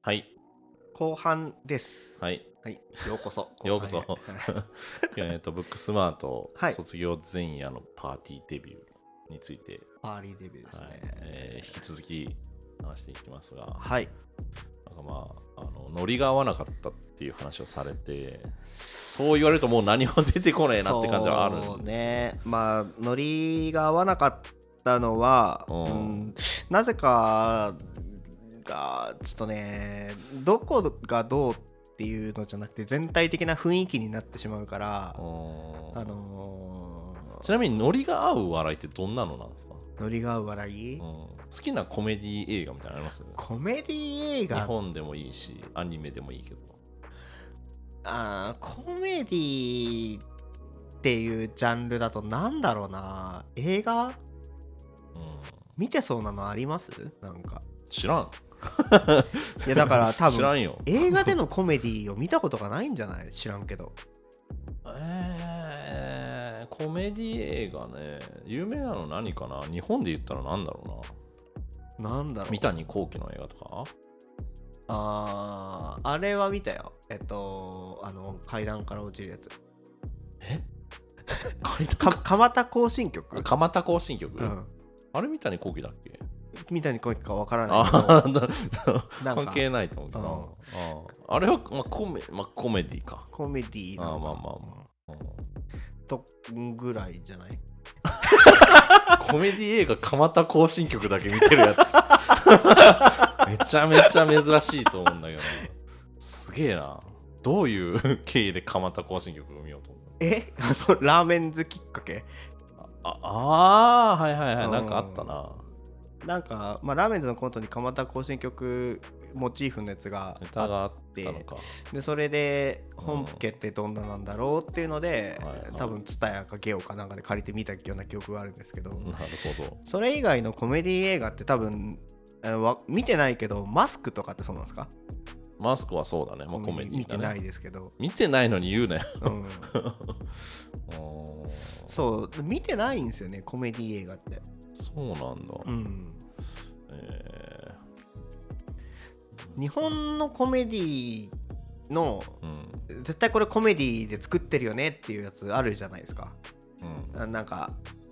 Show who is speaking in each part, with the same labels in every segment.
Speaker 1: はい。
Speaker 2: 後半です。
Speaker 1: はい。
Speaker 2: はい、よう こそ。
Speaker 1: ようこそ
Speaker 2: 後半へ
Speaker 1: えっと、ブックスマート
Speaker 2: はい
Speaker 1: 卒業前夜のパーティーデビューについて、
Speaker 2: パーリーデビューです
Speaker 1: はい
Speaker 2: ね。
Speaker 1: えー引き続き話していきますが、
Speaker 2: はい、
Speaker 1: なんかまあ、あのノリが合わなかったっていう話をされて、そう言われるともう何も出てこねえなって感じはあるんです
Speaker 2: そう
Speaker 1: けど
Speaker 2: ね。まあ、ノリが合わなかったのは、
Speaker 1: うん
Speaker 2: うんなぜかが、ちょっとね、どこがどうっていうのじゃなくて、全体的な雰囲気になってしまうから、
Speaker 1: うん
Speaker 2: あのー
Speaker 1: ちなみにノリが合う笑いってどんなのなんですか、
Speaker 2: ノリが合う笑い、
Speaker 1: うん好きなコメディ映画みたいなのあります
Speaker 2: コメディ映
Speaker 1: 日
Speaker 2: 画
Speaker 1: 本でもいいし、アニメでもいいけど。
Speaker 2: あーコメディっていうジャンルだとなんだろうな映画
Speaker 1: うん、
Speaker 2: 見てそうなのありますなんか
Speaker 1: 知らん。
Speaker 2: いやだから 多
Speaker 1: 知ら
Speaker 2: 分
Speaker 1: んよ。
Speaker 2: 映画でのコメディを見たことがないんじゃない知らんけど
Speaker 1: えー、コメディ映画ね。有名なの何かな日本で言ったら何だろ
Speaker 2: なんだ
Speaker 1: うな
Speaker 2: ろう
Speaker 1: 三谷幸喜の映画とか
Speaker 2: あーあれは見たよえっとあの階段から落ちるやつ
Speaker 1: え階段
Speaker 2: か
Speaker 1: か
Speaker 2: 蒲田行進曲
Speaker 1: 蒲田行進曲、
Speaker 2: うん
Speaker 1: あれ三谷幸喜だっけ
Speaker 2: みたいに声かわからないけど
Speaker 1: あー
Speaker 2: な
Speaker 1: だ
Speaker 2: ん
Speaker 1: 関
Speaker 2: か
Speaker 1: 係ないと思うけどあーあれは、まあ、コメまあコメディか、
Speaker 2: コメディなのかな
Speaker 1: あーまあまあうん
Speaker 2: とぐらいじゃない
Speaker 1: コメディ映画蒲田行進曲だけ見てるやつ めちゃめちゃ珍しいと思うんだけどなすげえなどういう経緯で蒲田行進曲を見ようと思ったの
Speaker 2: え あのラーメン好きっかけ
Speaker 1: ああーはいはいは
Speaker 2: う
Speaker 1: い
Speaker 2: ん
Speaker 1: なんかあったな
Speaker 2: なんか、まあ、ラーメンズのコントに蒲田行進曲モチーフのやつが
Speaker 1: ネタ
Speaker 2: あ
Speaker 1: があったのか
Speaker 2: ってそれで
Speaker 1: うん
Speaker 2: 本家ってどんななんだろうっていうので、
Speaker 1: はいはい
Speaker 2: 多分ツタヤかゲオかなんかで借りてみたような記憶があるんですけど、
Speaker 1: なるほど
Speaker 2: それ以外のコメディ映画って多分あのわ見てないけどマスクとかってそうなんですか、
Speaker 1: マスクはそうだね、まあ、コメディ
Speaker 2: 見て
Speaker 1: だ
Speaker 2: な
Speaker 1: ね
Speaker 2: いですけど、
Speaker 1: 見てないのに言うなよ
Speaker 2: うん、
Speaker 1: うーん
Speaker 2: そう見てないんですよねコメディ映画って、
Speaker 1: そうなんだ、
Speaker 2: うん、
Speaker 1: えー
Speaker 2: 日本のコメディの
Speaker 1: うん
Speaker 2: 絶対これコメディで作ってるよねっていうやつあるじゃないですか
Speaker 1: うん
Speaker 2: あなんか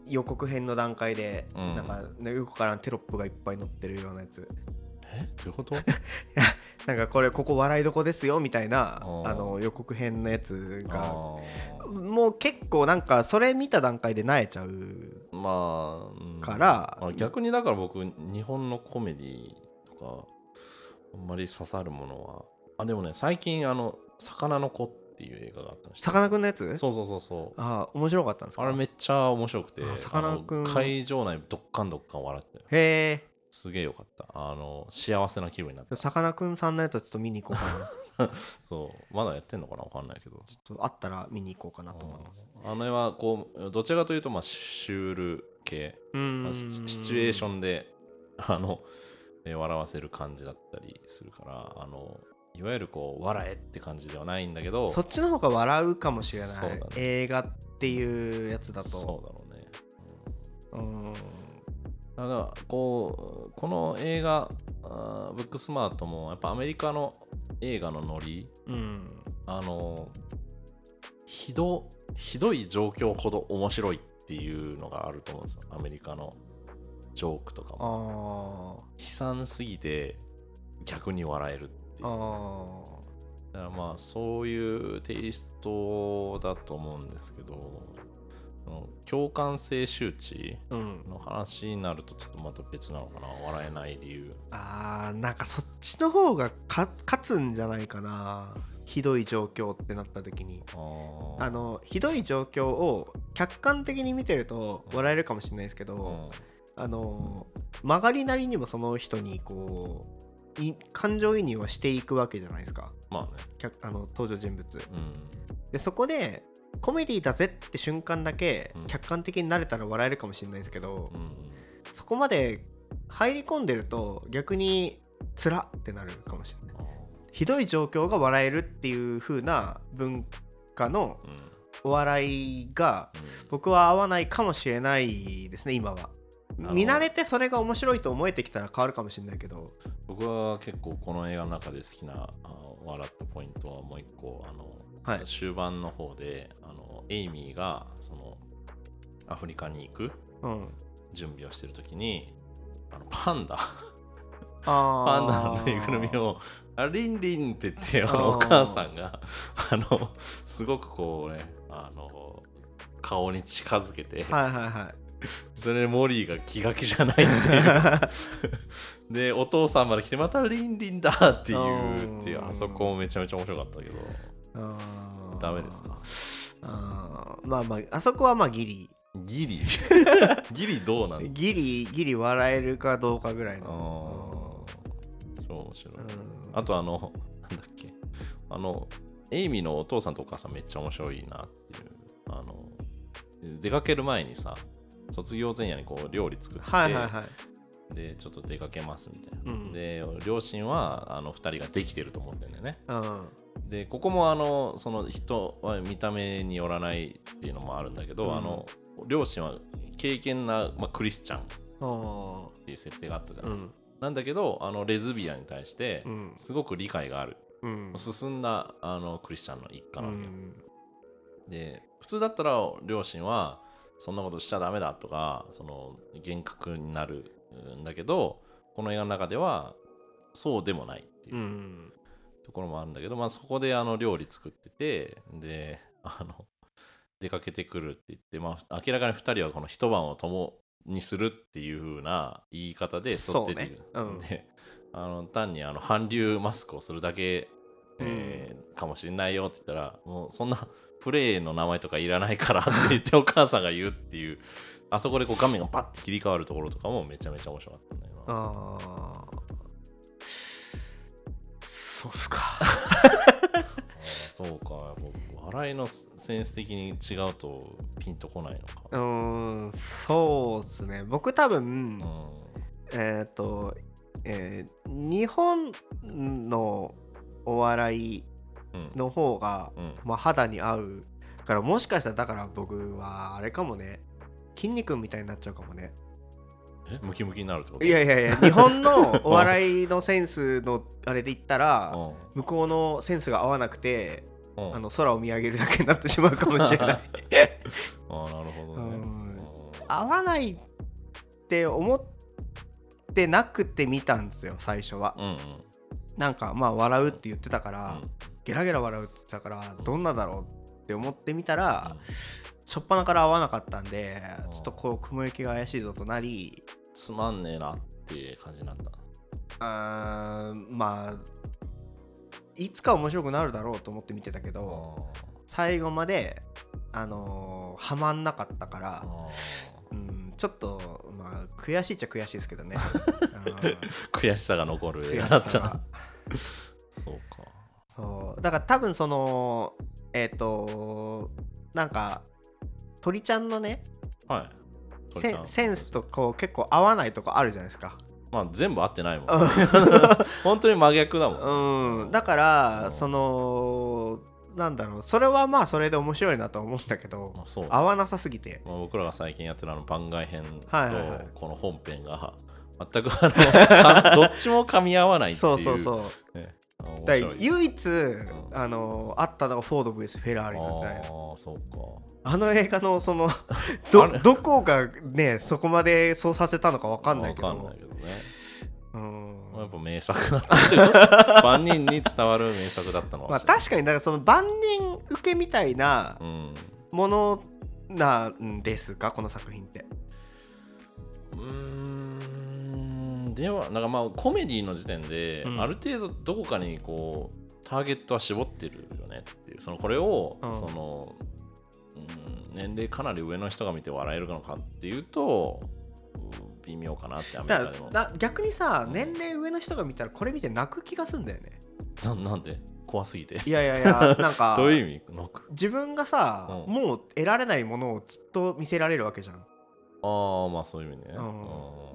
Speaker 2: 予告編の段階で、
Speaker 1: うん
Speaker 2: なんか、ね、よくわからんテロップがいっぱい載ってるようなやつ
Speaker 1: えどういうこと
Speaker 2: なんかこれここ笑いどこですよみたいな
Speaker 1: あー
Speaker 2: あの予告編のやつ
Speaker 1: あ
Speaker 2: が
Speaker 1: ー
Speaker 2: もう結構なんかそれ見た段階で萎えちゃう
Speaker 1: まあ、うん
Speaker 2: から
Speaker 1: まあ逆にだから僕日本のコメディとかあんまり刺さるものはあでもね最近あの「魚の子」っていう映画があったの知って
Speaker 2: さかなクンのやつ
Speaker 1: そうそうそうそう
Speaker 2: あー面白かったんですか
Speaker 1: あれめっちゃ面白くて
Speaker 2: あさかなクン
Speaker 1: あの会場内どっかんどっかん笑ってたよ
Speaker 2: へ
Speaker 1: すげえよかったあの幸せな気分になっ
Speaker 2: え
Speaker 1: た
Speaker 2: さかなクンさんのやつはちょっと見に行こう かな
Speaker 1: そうまだやってんのかなわかんないけど
Speaker 2: ちょっとあったら見に行こうかなと思います
Speaker 1: あの絵はこうどちらかというとまあシュール系
Speaker 2: うー
Speaker 1: まあ
Speaker 2: ん
Speaker 1: シシチュエーションであの、えー笑わせる感じだったりするからあのいわゆるこう笑えって感じではないんだけど
Speaker 2: そっちの方が笑うかもしれ
Speaker 1: そ
Speaker 2: な
Speaker 1: う
Speaker 2: い、
Speaker 1: だね
Speaker 2: 映画っていうやつだ
Speaker 1: そう
Speaker 2: と
Speaker 1: だろうね、
Speaker 2: うん
Speaker 1: うん、だからこうこの映画あーブックスマートもやっぱアメリカの映画のノリ
Speaker 2: うん
Speaker 1: あのひどひどい状況ほど面白いっていうのがあると思うんですよアメリカのジョークとかも
Speaker 2: あ
Speaker 1: 悲惨すぎて逆に笑えるってい
Speaker 2: ー
Speaker 1: う
Speaker 2: あ
Speaker 1: だからまあそういうテイストだと思うんですけどその共感性周知
Speaker 2: ーうん
Speaker 1: の話になるとちょっとまた別なのかな笑えない理由
Speaker 2: あーなんかそっちの方がか勝つんじゃないかなひどい状況ってなった時に
Speaker 1: あー
Speaker 2: あのひどい状況を客観的に見てると笑えるかもしれないですけど、
Speaker 1: うん
Speaker 2: あの曲がりなりにもその人にこうい感情移入はしていくわけじゃないですか
Speaker 1: まあね
Speaker 2: 客あの登場人物
Speaker 1: うん
Speaker 2: でそこでコメディだぜって瞬間だけ
Speaker 1: うん
Speaker 2: 客観的になれたら笑えるかもしれないですけど、
Speaker 1: うん
Speaker 2: そこまで入り込んでると逆につらってなるかもしれない
Speaker 1: あ
Speaker 2: ひどい状況が笑えるっていう風な文化の
Speaker 1: ーうんうん
Speaker 2: お笑いが僕は合わないかもしれないですね今は
Speaker 1: の
Speaker 2: 見慣れてそれが面白いと思えてきたら変わるかもしれないけど
Speaker 1: 僕は結構この映画の中で好きなあの笑ったポイントはもう一個あの、
Speaker 2: はい
Speaker 1: 終盤の方であのエイミーがそのアフリカに行く
Speaker 2: うん
Speaker 1: 準備をしてる時にあのパンダ
Speaker 2: あ
Speaker 1: パンダのぬいぐるみをあリンリンって言ってあのお母さんがあのすごくこうねあの顔に近づけて、
Speaker 2: はいはいはい
Speaker 1: それでモリーが気が気じゃないって いうでお父さんまで来てまたリンリンだっていうっていう
Speaker 2: うん
Speaker 1: あそこめちゃめちゃ面白かったけど
Speaker 2: あー
Speaker 1: ダメですか
Speaker 2: あーまあまああそこはまあギリ
Speaker 1: ギ リギリどうなんだ
Speaker 2: ギリギリ笑えるかどうかぐら
Speaker 1: あ
Speaker 2: い
Speaker 1: ー
Speaker 2: の
Speaker 1: 超面白い
Speaker 2: うん
Speaker 1: あとあのなんだっけあのエイミーのお父さんとお母さんめっちゃ面白いなっていうあの出かける前にさ卒業前夜にこう料理作ってて、
Speaker 2: はいはいはい
Speaker 1: でちょっと出かけますみたいな、
Speaker 2: うん
Speaker 1: で両親はあの2人ができてると思ってんだよね
Speaker 2: うん
Speaker 1: でここもあのその人は見た目によらないっていうのもあるんだけど、
Speaker 2: うん
Speaker 1: あの両親は敬虔な、まあ、クリスチャンっ
Speaker 2: あ
Speaker 1: ていう設定があったじゃ
Speaker 2: ーう
Speaker 1: ないですか、
Speaker 2: ん
Speaker 1: なんだけどあのレズビアンに対して
Speaker 2: うん
Speaker 1: すごく理解がある、
Speaker 2: うん
Speaker 1: 進んだあのクリスチャンの一家
Speaker 2: う
Speaker 1: なわけよ、
Speaker 2: ん
Speaker 1: で普通だったら両親はそんなことしちゃダメだとかその厳格になるんだけどこの映画の中ではそうでもないっていううんところもあるんだけど、まあ、そこであの料理作っててであの出かけてくるって言って、まあ、明らかに2人はこの一晩を共にするっていう風な言い方で沿ってている
Speaker 2: そうねうん
Speaker 1: であの単にあの韓流マスクをするだけ、えーかもしれないよって言ったらもうそんなプレイの名前とかいらないからって言ってお母さんが言うっていうあそこでこう画面がパッて切り替わるところとかもめちゃめちゃ面白かったんだよな
Speaker 2: ああそうっすか
Speaker 1: あーそうかやっぱ笑いのセンス的に違うとピンとこないの
Speaker 2: う
Speaker 1: か
Speaker 2: ーんそうですね僕多分、
Speaker 1: うん
Speaker 2: えっ、と、えー日本のお笑い
Speaker 1: うん
Speaker 2: の方が、
Speaker 1: うん
Speaker 2: まあ、肌に合うからもしかしたらだから僕はあれかもね筋肉みたいになっちゃうかもね
Speaker 1: えムキムキになるってこと
Speaker 2: いやいやいや日本のお笑いのセンスのあれで言ったら
Speaker 1: うん
Speaker 2: 向こうのセンスが合わなくて
Speaker 1: うん
Speaker 2: あの空を見上げるだけになってしまうかもしれない
Speaker 1: あーなるほどね
Speaker 2: うん
Speaker 1: うん
Speaker 2: 合わないって思ってなくて見たんですよ最初は
Speaker 1: うんうん
Speaker 2: なんかまあ笑うって言ってたから、
Speaker 1: うん
Speaker 2: ゲラゲラ笑うって言ってたから
Speaker 1: うん
Speaker 2: どんなだろうって思ってみたら、初っ端から合わなかったんで
Speaker 1: うん
Speaker 2: ちょっとこう雲行きが怪しいぞとなり
Speaker 1: つまんねえなって感じになった
Speaker 2: うーんまあいつか面白くなるだろうと思って見てたけど最後まであのーはまんなかったから
Speaker 1: あー
Speaker 2: うんちょっとまあ悔しいっちゃ悔しいですけどねうん
Speaker 1: 悔しさが残る映
Speaker 2: 悔
Speaker 1: 画
Speaker 2: し
Speaker 1: だ
Speaker 2: さ
Speaker 1: った
Speaker 2: が
Speaker 1: なそうか
Speaker 2: そうだから多分そのえっ、となんか鳥ちゃんのね
Speaker 1: はい
Speaker 2: センセンスとこう結構合わないとこあるじゃないですか
Speaker 1: まあ全部合ってないもん 本当に真逆だもん
Speaker 2: うんだか
Speaker 1: う
Speaker 2: ら
Speaker 1: ん
Speaker 2: そのなんだろうそれはまあそれで面白いなとは思うんだけ
Speaker 1: ま
Speaker 2: ど
Speaker 1: あそう
Speaker 2: 合わなさすぎて
Speaker 1: まあ、僕らが最近やってるあの番外編と
Speaker 2: はいはいはい
Speaker 1: この本編が全く あのどっちも噛み合わないってい
Speaker 2: そううそうそう
Speaker 1: あ面
Speaker 2: だ
Speaker 1: 白い
Speaker 2: から唯一あのあったのがフォード VS フェラーリなんじゃないの
Speaker 1: ああそうか
Speaker 2: あの映画の その
Speaker 1: あ
Speaker 2: ど
Speaker 1: れ
Speaker 2: どこがねそこまでそうさせたのか分かんないけ
Speaker 1: わかん
Speaker 2: ど
Speaker 1: ないけどね、
Speaker 2: うん
Speaker 1: まあ、やっぱ名作だったって いう万人に伝わる名作だったのかも
Speaker 2: まあ
Speaker 1: しれない
Speaker 2: 確かにだからその万人受けみたいな
Speaker 1: うん
Speaker 2: ものなんですかこの作品って
Speaker 1: うーんではなんかまあコメディの時点で、
Speaker 2: うん
Speaker 1: ある程度どこかにこうターゲットは絞ってるよねっていうそのこれを、
Speaker 2: うん
Speaker 1: そのうん年齢かなり上の人が見て笑えるのかっていうとうん微妙かなってアメリ
Speaker 2: だ
Speaker 1: カでも
Speaker 2: だ逆にさ
Speaker 1: うん
Speaker 2: 年齢上の人が見たらこれ見て泣く気がすんだよね
Speaker 1: ななんで怖すぎて
Speaker 2: いやいやいや なんか
Speaker 1: どういう意味なく
Speaker 2: 自分がさ、
Speaker 1: うん
Speaker 2: もう得られないものをずっと見せられるわけじゃんだか
Speaker 1: ああまあそういう意味ね、
Speaker 2: うん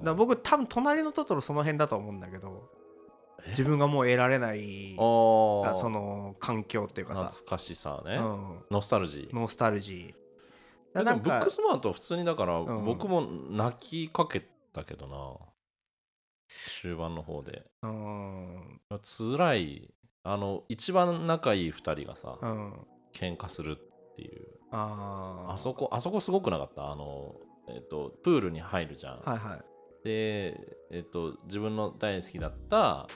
Speaker 1: うん
Speaker 2: ら僕多分隣のトトロその辺だと思うんだけど
Speaker 1: え
Speaker 2: 自分がもう得られない
Speaker 1: あー
Speaker 2: その環境っていうか
Speaker 1: 懐
Speaker 2: さ、
Speaker 1: かしさ
Speaker 2: う
Speaker 1: ね、
Speaker 2: ん、
Speaker 1: ノスタルジー
Speaker 2: ノスタルジー
Speaker 1: えで
Speaker 2: な
Speaker 1: も
Speaker 2: ん
Speaker 1: ブッ
Speaker 2: か
Speaker 1: クスマートは普通にだから、
Speaker 2: ん
Speaker 1: 僕も泣きかけたけどな終盤の方で
Speaker 2: うん
Speaker 1: 辛いあの一番仲いい2人がさ
Speaker 2: うん
Speaker 1: 喧嘩するっていう
Speaker 2: あー
Speaker 1: あそこあそこすごくなかったあのえっとプールに入るじゃん、
Speaker 2: はいはい
Speaker 1: でえっと自分の大好きだった、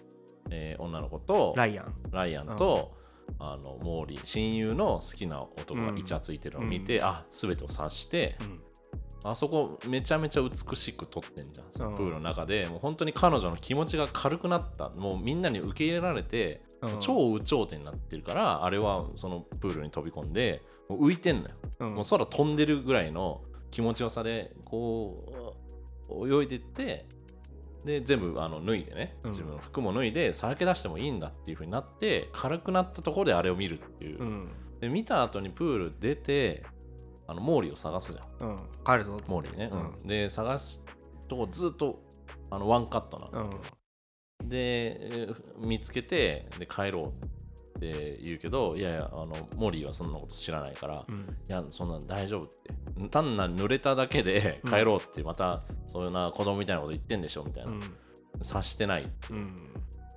Speaker 1: えー女の子と
Speaker 2: ライアン
Speaker 1: ライアンと、あのモーリー親友の好きな男がイチャついてるのを見て、
Speaker 2: うん
Speaker 1: あ全てを察して、
Speaker 2: うん
Speaker 1: あそこめちゃめちゃ美しく撮ってんじゃんその
Speaker 2: うん
Speaker 1: プールの中でもう本当に彼女の気持ちが軽くなったもうみんなに受け入れられて、
Speaker 2: うん
Speaker 1: 超有頂天になってるからあれはそのプールに飛び込んでもう浮いてんのよ、
Speaker 2: うん
Speaker 1: もう空飛んでるぐらいの気持ちよさでこう泳いでってで全部あの脱いでね
Speaker 2: うん
Speaker 1: 自分の服も脱いでさらけ出してもいいんだっていう風になって軽くなったところであれを見るっていう、
Speaker 2: うん
Speaker 1: で見た後にプール出てあのモーリーを探すじゃん
Speaker 2: うん帰るぞっつって
Speaker 1: モーリーね、
Speaker 2: うん
Speaker 1: うんで探すとこずっとあのワンカットなの、
Speaker 2: う
Speaker 1: で
Speaker 2: ん
Speaker 1: えー見つけてで帰ろうって言うけどいやいやあのモーリーはそんなこと知らないから、い
Speaker 2: うん
Speaker 1: やそんなん大丈夫って単なる濡れただけで
Speaker 2: うん
Speaker 1: 帰ろうってまた、そういうな子供みたいなこと言ってんでしょみたいな、
Speaker 2: うん
Speaker 1: 察してない
Speaker 2: うん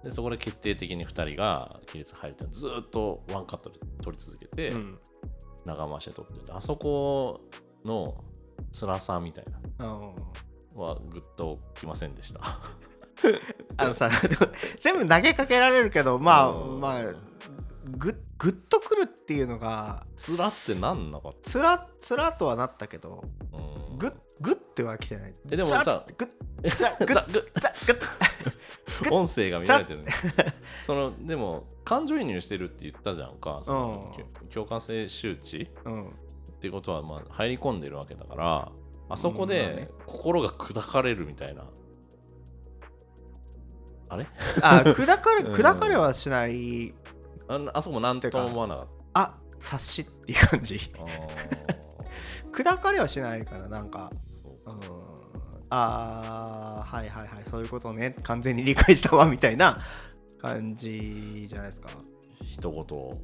Speaker 1: でそこで決定的に2人が亀裂入れてずーっとワンカットで撮り続けて、
Speaker 2: うん
Speaker 1: 長回しで撮ってるあそこの辛さみたいな
Speaker 2: うん
Speaker 1: はグッときませんでした。
Speaker 2: あのさ全部投げかけられるけどまあ
Speaker 1: うん
Speaker 2: まあぐぐっとくるっていうのが
Speaker 1: つらってなんなかっ
Speaker 2: つらつらとはなったけど
Speaker 1: た。うん
Speaker 2: ぐぐっては来てない
Speaker 1: えでも
Speaker 2: ザッ
Speaker 1: さ
Speaker 2: ぐっザッぐっ
Speaker 1: ザグ
Speaker 2: ザッぐっ
Speaker 1: ッ音声が乱れてるね。 そのでも感情移入してるって言ったじゃんか。そのきょ共感性周知
Speaker 2: うん
Speaker 1: っていうことはまあ入り込んでるわけだから、あそこ
Speaker 2: うんまあ
Speaker 1: で
Speaker 2: ね
Speaker 1: 心が砕かれるみたいな。あれ
Speaker 2: あ砕かれ
Speaker 1: うん
Speaker 2: 砕かれはしない
Speaker 1: ああそこもなんとも思わなかっ
Speaker 2: あ察しっていう感じ
Speaker 1: た。あー
Speaker 2: 砕かれはしないからなんか
Speaker 1: そう
Speaker 2: うんあーはいはいはいそういうことをね完全に理解したわみたいな感じじゃないですか
Speaker 1: 一言を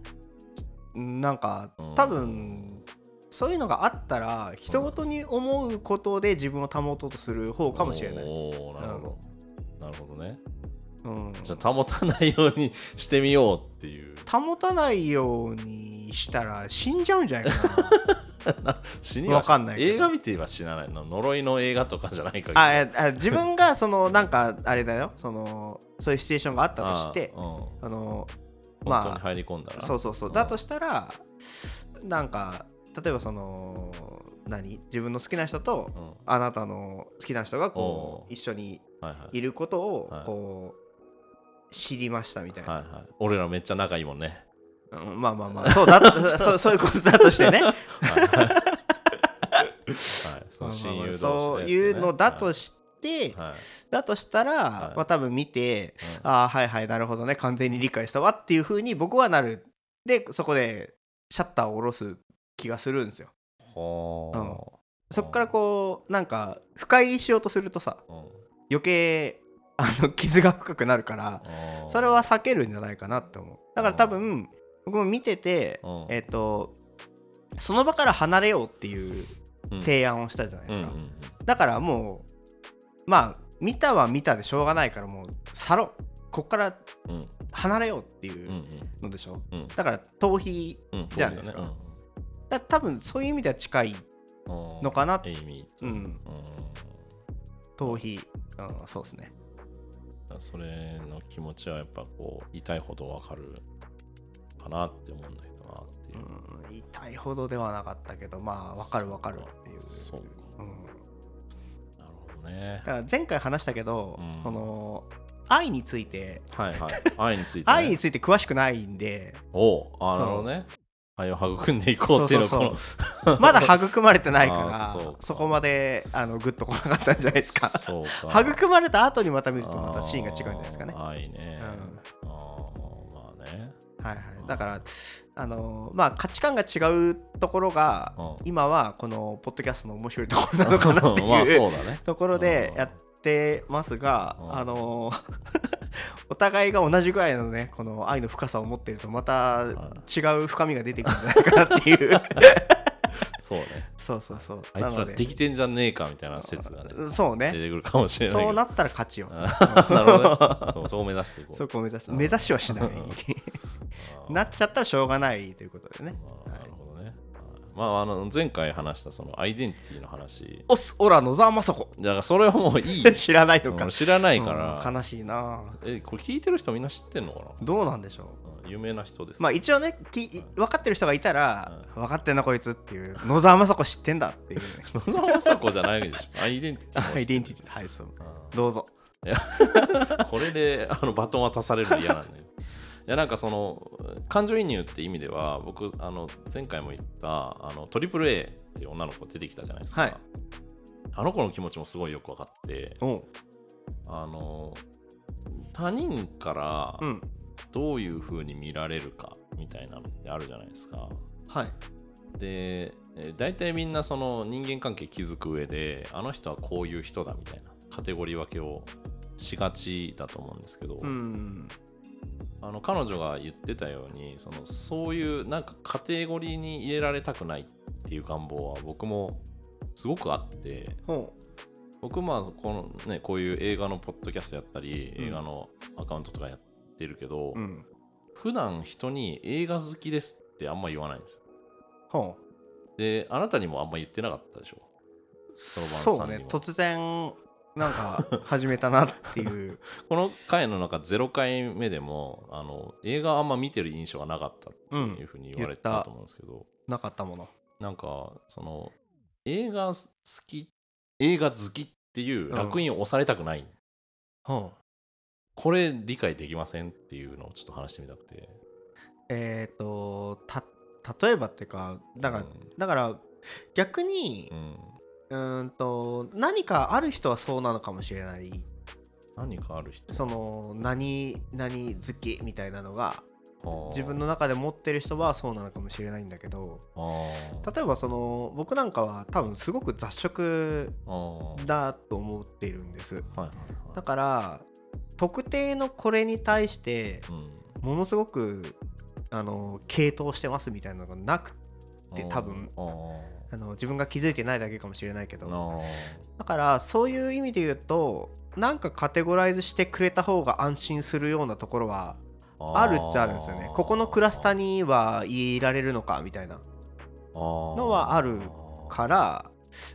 Speaker 2: なんか
Speaker 1: うん
Speaker 2: 多分そういうのがあったら人ごとに思うことで自分を保とうとする方かもしれない、
Speaker 1: おーなるほど。なるほどね。
Speaker 2: うん、
Speaker 1: じゃあ保たないようにしてみようっていう。
Speaker 2: 保たないようにしたら死んじゃうんじゃないかな
Speaker 1: 死 には
Speaker 2: わかんないけど
Speaker 1: 映画見ては死なないの呪いの映画とかじゃないか
Speaker 2: あえあ自分が そのなんかあれだよそのそういうシチュエーションがあったとして
Speaker 1: うん、本
Speaker 2: あの
Speaker 1: 当
Speaker 2: ま
Speaker 1: に
Speaker 2: あ
Speaker 1: 入り込んだら、
Speaker 2: そうそうそううんだとしたらなんか例えばその何自分の好きな人と
Speaker 1: うん、は
Speaker 2: あなたの好きな人がこ
Speaker 1: お
Speaker 2: う一緒に
Speaker 1: いはい
Speaker 2: いることを
Speaker 1: はい
Speaker 2: こう知りましたみたいな、
Speaker 1: はいはい、俺らめっちゃ仲いいもん ね。
Speaker 2: うんまあまあまあそうだ そうそういうことだとしてね
Speaker 1: はい、はい、 その親友同士で、
Speaker 2: そういうのだと
Speaker 1: し
Speaker 2: して、
Speaker 1: はいはい
Speaker 2: だとしたら、
Speaker 1: い
Speaker 2: まあ多分見て、
Speaker 1: う
Speaker 2: ああはいはいなるほどね完全に理解したわっていうふうに僕はなるでそこでシャッターを下ろす気がするんですよ
Speaker 1: ほ
Speaker 2: そっからこうなんか深入りしようとするとさ
Speaker 1: ーうん
Speaker 2: 余計あの 傷が深くなるから
Speaker 1: あー
Speaker 2: それは避けるんじゃないかなって思うだから多分僕も見てて
Speaker 1: うん
Speaker 2: えっ、とその場から離れようっていう
Speaker 1: うん
Speaker 2: 提案をしたじゃないですか、
Speaker 1: うんうんうん
Speaker 2: だからもうまあ見たは見たでしょうがないからもう去ろうこっから
Speaker 1: うん
Speaker 2: 離れようってい
Speaker 1: うん
Speaker 2: うのでしょ、
Speaker 1: うん
Speaker 2: だから逃避
Speaker 1: うんうん
Speaker 2: じゃないですか
Speaker 1: そうだよね
Speaker 2: だ多分そういう意味では近い
Speaker 1: うんうん
Speaker 2: のかな
Speaker 1: えいみ
Speaker 2: うん逃避、うん、そうですね
Speaker 1: それの気持ちはやっぱこう痛いほどわかるかなって思うんだけどなっていう、
Speaker 2: うん、痛いほどではなかったけどまあわかるわかるっていう
Speaker 1: そうか
Speaker 2: うん、だ
Speaker 1: なるほどね
Speaker 2: から前回話したけど、
Speaker 1: うん
Speaker 2: その愛について
Speaker 1: はいはい愛について、ね、
Speaker 2: 愛について詳しくないんで
Speaker 1: おうあなるほどね愛を育んでいこうっていうのは
Speaker 2: そう
Speaker 1: こ
Speaker 2: そう
Speaker 1: の
Speaker 2: まだ育まれてないか
Speaker 1: あー
Speaker 2: ら
Speaker 1: そう
Speaker 2: そ
Speaker 1: か
Speaker 2: こまであのグッと来なかったんじゃないですか
Speaker 1: そうか
Speaker 2: 育まれた後にまた見るとまたシーンが違うんじゃないですかね
Speaker 1: あー愛ね、
Speaker 2: うん
Speaker 1: あーまあね
Speaker 2: はいはい、だからあのまあ価値観が違うところが、
Speaker 1: うん
Speaker 2: 今はこのポッドキャストの面白いところなのかなって
Speaker 1: まあ
Speaker 2: いう
Speaker 1: そうだね
Speaker 2: ところでやってますが、
Speaker 1: うん
Speaker 2: あの お互いが同じぐらいのねこの愛の 深さを持ってるとまた違う深みが出てくるんじゃないかなっていう
Speaker 1: そうね。
Speaker 2: そうそうそう
Speaker 1: あいつ
Speaker 2: なの
Speaker 1: ら
Speaker 2: で
Speaker 1: できてんじゃねえかみたいな説がね、
Speaker 2: そう
Speaker 1: 出
Speaker 2: ね
Speaker 1: てくるかもしれない
Speaker 2: そ
Speaker 1: け
Speaker 2: う
Speaker 1: ど。
Speaker 2: なったら勝ちよ
Speaker 1: あーなるほどね。そう、そう目指していこう。
Speaker 2: そこを目指す
Speaker 1: うん
Speaker 2: 目指しはしない
Speaker 1: あー
Speaker 2: なっちゃったらしょうがないということでね
Speaker 1: あーなるほどね。まあ、あの前回話したそのアイデンティティの話。
Speaker 2: おっすオラ野沢雅子
Speaker 1: だからそれはもういい。
Speaker 2: 知らないの
Speaker 1: う
Speaker 2: か
Speaker 1: ん知らないから、
Speaker 2: うん悲しいな
Speaker 1: え、これ聞いてる人みんな知ってんのかな
Speaker 2: どうなんでしょう
Speaker 1: うん有名な人です。
Speaker 2: まあ一応ねき分かってる人がいたら分かってんなこいつっていう野沢雅子知ってん だっていうね
Speaker 1: 野沢雅子じゃないでし ょ。アイデンティティも知ってる。
Speaker 2: アイデンティティはいそう
Speaker 1: うん
Speaker 2: どうぞ
Speaker 1: これであのバトン渡されるの嫌なんだよ。いやなんかその感情移入って意味では僕あの前回も言ったあの AAA っていう女の子出てきたじゃないですか、
Speaker 2: はい
Speaker 1: あの子の気持ちもすごいよく分かって
Speaker 2: おう
Speaker 1: あの他人か
Speaker 2: う
Speaker 1: ら
Speaker 2: ん
Speaker 1: どういう風に見られるかみたいなのってあるじゃないですか。
Speaker 2: はい
Speaker 1: でえー大体みんなその人間関係築く上であの人はこういう人だみたいなカテゴリー分けをしがちだと思うんですけど、
Speaker 2: うん
Speaker 1: あの彼女が言ってたようにそのそういうなんかカテゴリーに入れられたくないっていう願望は僕もすごくあって
Speaker 2: ほ
Speaker 1: 僕まあこの、ね、こういう映画のポッドキャストやったり
Speaker 2: うん
Speaker 1: 映画のアカウントとかやってるけど、
Speaker 2: ううん
Speaker 1: 普段人に映画好きですってあんま言わないんですよ
Speaker 2: ほう
Speaker 1: であなたにもあんま言ってなかったでしょその晩
Speaker 2: そうだ
Speaker 1: さん
Speaker 2: ね
Speaker 1: には
Speaker 2: 突然なんか始めたなっていう
Speaker 1: この回の中0回目でもあの映画あんま見てる印象がなかった っていうふうに言われ
Speaker 2: うん言ったた
Speaker 1: と思うんですけど、
Speaker 2: なかったもの
Speaker 1: なんかその映画好き映画好きっていう楽印を押されたくない、
Speaker 2: ほう
Speaker 1: これ理解できませんっていうのをちょっと話してみたくて
Speaker 2: えっとた例えばっていうかだから
Speaker 1: う
Speaker 2: だから逆に
Speaker 1: ん、うん
Speaker 2: うーんと何かある人はそうなのかもしれない
Speaker 1: 何かある人
Speaker 2: その何何好きみたいなのが
Speaker 1: あー
Speaker 2: 自分の中で持ってる人はそうなのかもしれないんだけど
Speaker 1: あー
Speaker 2: 例えばその僕なんかは多分すごく雑食
Speaker 1: あー
Speaker 2: だと思っているんです
Speaker 1: はいはいはい
Speaker 2: だから特定のこれに対してものすごくあの傾倒してますみたいなのがなくで多分
Speaker 1: あー
Speaker 2: あの自分が気づいてないだけかもしれないけ
Speaker 1: あ
Speaker 2: ど
Speaker 1: ー
Speaker 2: だからそういう意味で言うとなんかカテゴライズしてくれた方が安心するようなところはあるっちゃあるんですよねここのクラスターにはいられるのかみたいな
Speaker 1: の
Speaker 2: はあるから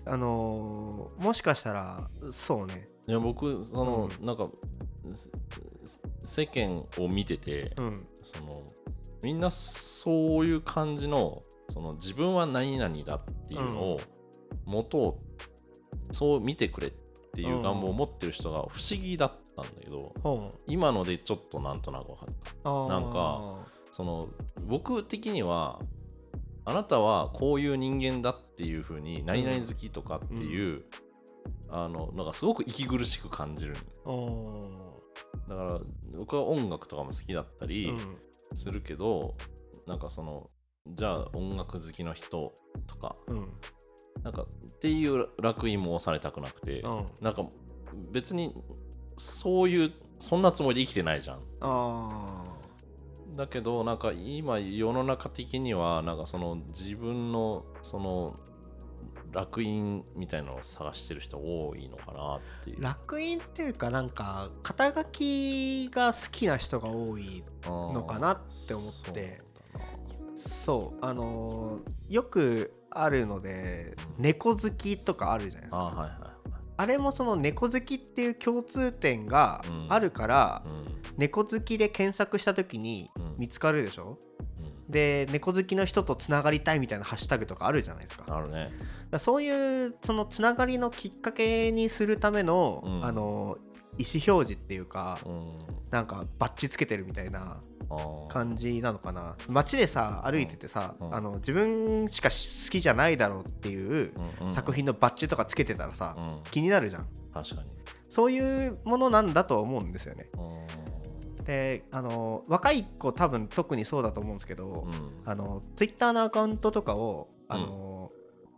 Speaker 2: あのーもしかしたらそうね
Speaker 1: いや僕その、
Speaker 2: う
Speaker 1: なんかせ世間を見てて、
Speaker 2: うん
Speaker 1: そのみんなそういう感じのその自分は何々だっていうのを元をそう見てくれっていう願望を持ってる人が不思議だったんだけど
Speaker 2: ほう
Speaker 1: 今のでちょっとなんとなく分かった
Speaker 2: あー
Speaker 1: なんかその僕的にはあなたはこういう人間だっていうふうに何々好きとかっていう、あののがすごく息苦しく感じる
Speaker 2: お
Speaker 1: だから僕は音楽とかも好きだったり、
Speaker 2: ーうん
Speaker 1: するけどなんかそのじゃあ音楽好きの人とか
Speaker 2: うん
Speaker 1: なんかっていう楽印も押されたくなくて、
Speaker 2: うん
Speaker 1: なんか別にそういうそんなつもりで生きてないじゃん
Speaker 2: あ
Speaker 1: だけどなんか今世の中的にはなんかその自分のその楽印みたいなのを探してる人多いのかなっていう
Speaker 2: ー楽園っていうかなんか肩書きが好きな人が多い
Speaker 1: の
Speaker 2: かなって思ってそうあのーよくあるので猫好きとかあるじゃないです
Speaker 1: あ
Speaker 2: か
Speaker 1: あはいはい
Speaker 2: あれもその猫好きっていう共通点があるから、
Speaker 1: はい
Speaker 2: 猫好きで検索した時に
Speaker 1: うん
Speaker 2: 見つかるでしょ、
Speaker 1: うん、
Speaker 2: で猫好きの人とつながりたいみたいなハッシュタグとかあるじゃないですか
Speaker 1: うん、あるね
Speaker 2: だからそういうそのつながりのきっかけにするための、
Speaker 1: うん
Speaker 2: あの意思表示っていうか、
Speaker 1: うん
Speaker 2: なんかバッチつけてるみたいな
Speaker 1: あー
Speaker 2: 感じなのかな街でさ歩いててさ、
Speaker 1: うん
Speaker 2: あの自分しか好きじゃないだろうっていう
Speaker 1: うんうん
Speaker 2: 作品のバッジとかつけてたらさ、
Speaker 1: うん、
Speaker 2: 気になるじゃん
Speaker 1: 確かに。
Speaker 2: そういうものなんだとは思うんですよね。
Speaker 1: うん
Speaker 2: であの若い子多分特にそうだと思うんですけど、
Speaker 1: うん
Speaker 2: あのツイッターのアカウントとかをあの、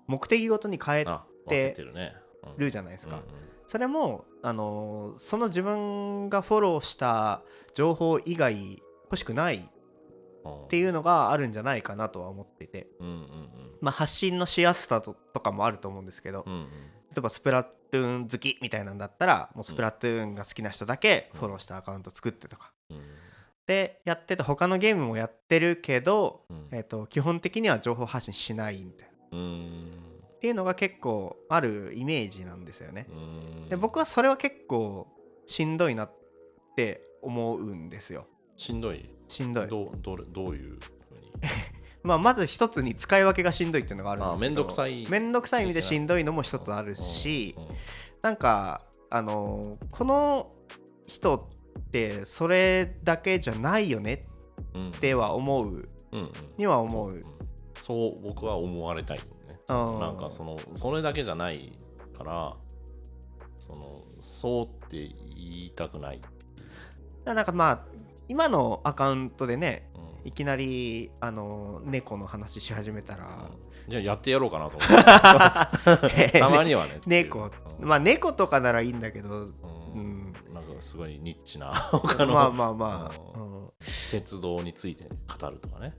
Speaker 2: 目的ごとに変え
Speaker 1: あ、分
Speaker 2: て
Speaker 1: けてるね。うん
Speaker 2: るじゃないですか、
Speaker 1: うんうん
Speaker 2: それもあのその自分がフォローした情報以外欲しくない
Speaker 1: っ
Speaker 2: っていうのがあるんじゃないかなとは思ってて、
Speaker 1: うんうん
Speaker 2: まあ、発信のしやすさととかもあると思うんですけど、
Speaker 1: うんうんうん
Speaker 2: 例えばスプラトゥーン好きみたいなんだったらもうスプラトゥーンが好きな人だけフォローしたアカウント作ってとか
Speaker 1: うん
Speaker 2: でやってて他のゲームもやってるけど、
Speaker 1: うん
Speaker 2: えっと基本的には情報発信しないみたいな
Speaker 1: うん
Speaker 2: っていうのが結構あるイメージなんですよね
Speaker 1: うん
Speaker 2: で僕はそれは結構しんどいなって思うんですよ
Speaker 1: しんどい
Speaker 2: しんどい
Speaker 1: どうどれどういうふうに
Speaker 2: まあまず一つに使い分けがしんどいっていうのがあるんですけど
Speaker 1: あめんどくさい
Speaker 2: めんどくさい意味でしんどいのも一つあるし、
Speaker 1: うんうん
Speaker 2: なんかあのーこの人ってそれだけじゃないよね
Speaker 1: うん
Speaker 2: っては思う
Speaker 1: うんうん
Speaker 2: には思う
Speaker 1: そんそう僕は思われたいよね
Speaker 2: うん
Speaker 1: なんかそのそれだけじゃないからそのそうって言いたくない、
Speaker 2: だからなんかまあ今のアカウントでね
Speaker 1: うん
Speaker 2: いきなりあのー猫の話し始めたら、
Speaker 1: うんじゃあやってやろうかなと思 って たまにはね
Speaker 2: 猫
Speaker 1: うん
Speaker 2: まあ猫とかならいいんだけど、
Speaker 1: う
Speaker 2: うんん、
Speaker 1: なんかすごいニッチ な他
Speaker 2: まあ
Speaker 1: の
Speaker 2: まあま
Speaker 1: う
Speaker 2: あ、
Speaker 1: ん
Speaker 2: うん
Speaker 1: 鉄道について語るとかね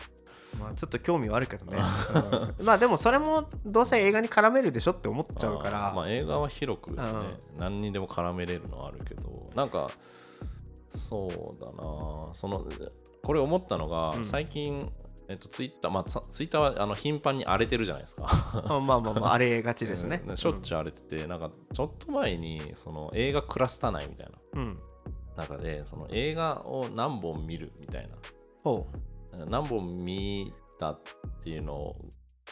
Speaker 2: まあちょっと興味はあるけどね、うんまあでもそれもどうせ映画に絡めるでしょって思っちゃうか
Speaker 1: あーま
Speaker 2: ら
Speaker 1: あ、映画は広く、ね何にでも絡めれるのはあるけどなんかそうだなそのこれ思ったのが、
Speaker 2: うん
Speaker 1: 最近えっと、ツイッター、まあさ、ツイッターはあの頻繁に荒れてるじゃないですか。、
Speaker 2: まあまあまああれがちですね
Speaker 1: しょっちゅう荒れてて、なんか、ちょっと前に、その映画クラスター内みたい
Speaker 2: うん
Speaker 1: な中で、その映画を何本見るみたいな
Speaker 2: ほ
Speaker 1: 何本見たっていうのを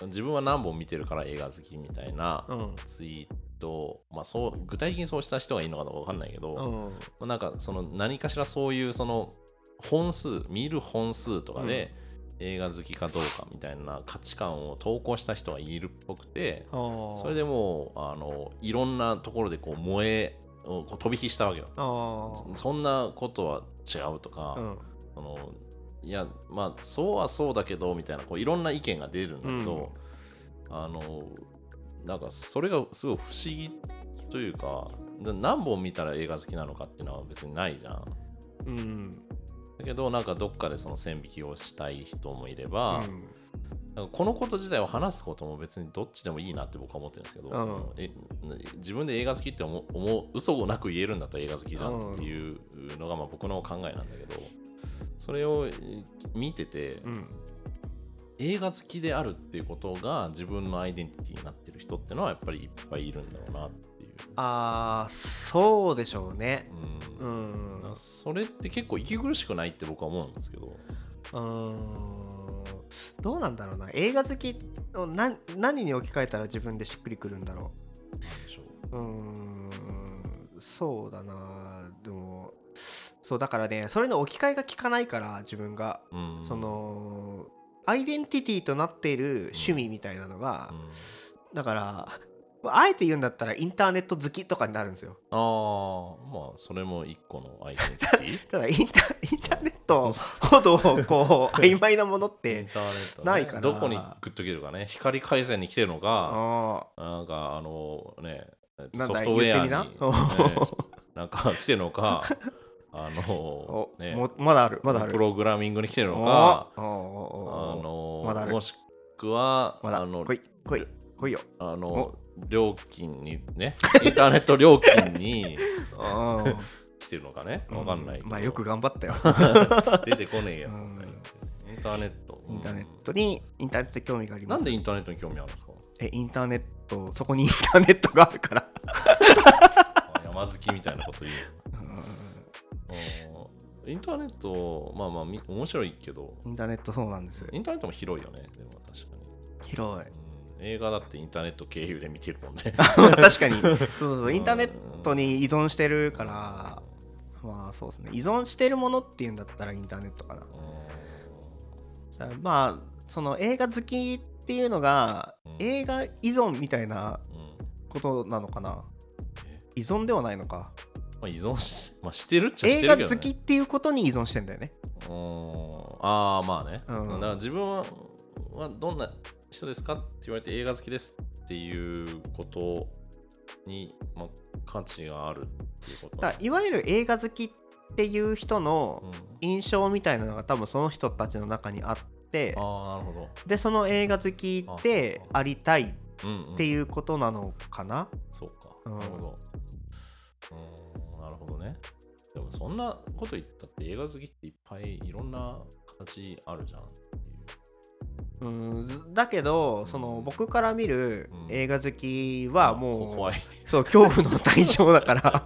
Speaker 1: 自分は何本見てるから映画好きみたいな
Speaker 2: ううん
Speaker 1: ツイートを、まあ、そう具体的にそうした人がいいのかどうか分かんないけど、ま
Speaker 2: うん
Speaker 1: あなんかその何かしらそういうその本数見る本数とかで映画好きかどうかみたいな価値観を投稿した人がいるっぽくて
Speaker 2: そ
Speaker 1: それでもうあのいろんなところでこう燃えをこう飛び火したわけよ。
Speaker 2: あー
Speaker 1: そんなことは違うとか、
Speaker 2: うん
Speaker 1: そのいやまあそうはそうだけどみたいなこういろんな意見が出るんだけど、あのなんかそれがすごい不思議というかな何本見たら映画好きなのかっていうのは別にないじゃん。
Speaker 2: うん
Speaker 1: だけどなんかどっかでその線引きをしたい人もいれ
Speaker 2: う
Speaker 1: ば、
Speaker 2: ん
Speaker 1: なんかこのこと自体を話すことも別にどっちでもいいなって僕は思ってるんですけど、
Speaker 2: うん
Speaker 1: そのえ自分で映画好きって思う思う嘘をなく言えるんだったら映画好きじゃ
Speaker 2: うん
Speaker 1: んっていうのがまあ僕の考えなんだけどそれをえ見てて、
Speaker 2: うん
Speaker 1: 映画好きであるっていうことが自分のアイデンティティになってる人ってのはやっぱりいっぱいいるんだろうなっていう。
Speaker 2: あーそうでしょうね
Speaker 1: うん
Speaker 2: う
Speaker 1: だか
Speaker 2: ん
Speaker 1: らそれって結構息苦しくないって僕は思うんですけど、
Speaker 2: うんどうなんだろうな映画好きを何何に置き換えたら自分でしっくりくるんだろ
Speaker 1: なんでしょう
Speaker 2: ううんそうだなでもそうだからねそれの置き換えが効かないから自分が
Speaker 1: うん
Speaker 2: そ、のアイデンティティとなっている趣味みたいなのが
Speaker 1: うん
Speaker 2: だからあえて言うんだったらインターネット好きとかになるんですよ
Speaker 1: ああまあそれも一個のアイデンティテ ィ
Speaker 2: ただインターインターネットほどこ う曖昧なものっ
Speaker 1: イ
Speaker 2: て
Speaker 1: ンターネット、ね、
Speaker 2: ないから
Speaker 1: どこにグッときるかね光回線に来てるのか
Speaker 2: あ
Speaker 1: なんかあのねえっと
Speaker 2: なん
Speaker 1: ソ
Speaker 2: だ
Speaker 1: フトウェアに
Speaker 2: 言ってみな
Speaker 1: ねなんか来てるのかあ
Speaker 2: ー
Speaker 1: の
Speaker 2: お、
Speaker 1: ね
Speaker 2: もまだあるまだある
Speaker 1: プログラミングに来てるの
Speaker 2: お
Speaker 1: か
Speaker 2: ーお
Speaker 1: あ
Speaker 2: ーおーおー
Speaker 1: の、
Speaker 2: まだある
Speaker 1: もしくは
Speaker 2: まだ
Speaker 1: あの
Speaker 2: 来い来い来いよ
Speaker 1: あの料金にね インターネット料金に
Speaker 2: わ
Speaker 1: 来てるのかね わかんないけど、
Speaker 2: まあよく頑張ったよ
Speaker 1: 出てこねえやつ、
Speaker 2: うん
Speaker 1: インターネット、
Speaker 2: インターネットにインターネットに興味があり
Speaker 1: うん
Speaker 2: ま
Speaker 1: な
Speaker 2: す
Speaker 1: んでインターネットに興味あるんですか
Speaker 2: えインターネットそこにインターネットがあるから
Speaker 1: あ山好きみたいなこと言ううんインターネット、まあまあみ、面白いけど、
Speaker 2: インターネットそうなんです
Speaker 1: インターネットも広いよね、でも確かに。
Speaker 2: 広い
Speaker 1: うん映画だってインターネット経由で見てるも んね。
Speaker 2: 確かにそうそうそうインターネットに依存してるからまあそうですね依存してるものっていうんだったらインターネットかなだからまあその映画好きっていうのが
Speaker 1: うん
Speaker 2: 映画依存みたいな
Speaker 1: うんうん
Speaker 2: ことなのかな
Speaker 1: え
Speaker 2: 依存ではないのか
Speaker 1: まあ、依存し,、まあ、してるっちゃして
Speaker 2: 映
Speaker 1: る
Speaker 2: 画
Speaker 1: けど、ね。
Speaker 2: 好きっていうことに依存してんだよね
Speaker 1: うんああ、まあね。
Speaker 2: うん
Speaker 1: だから自分ははどんな人ですかって言われて映画好きですっていうことに、まあ、価値があるっていうこと
Speaker 2: だからいわゆる映画好きっっていう人の
Speaker 1: うん
Speaker 2: 印象みたいなのが多分その人たちの中にあって
Speaker 1: ああなるほ
Speaker 2: でその映画好きでありたいっ
Speaker 1: ど、うんうん、
Speaker 2: て
Speaker 1: う
Speaker 2: いうことなのかな、
Speaker 1: そうか、
Speaker 2: うん
Speaker 1: なるほどうーんなるほどねでもそんなこと言ったって映画好きっていっぱいいろんな形あるじゃんっていう
Speaker 2: うん、ずだけどその僕から見る
Speaker 1: うん
Speaker 2: 映画好きは
Speaker 1: こ
Speaker 2: もう
Speaker 1: 怖い
Speaker 2: そう恐怖の対象だから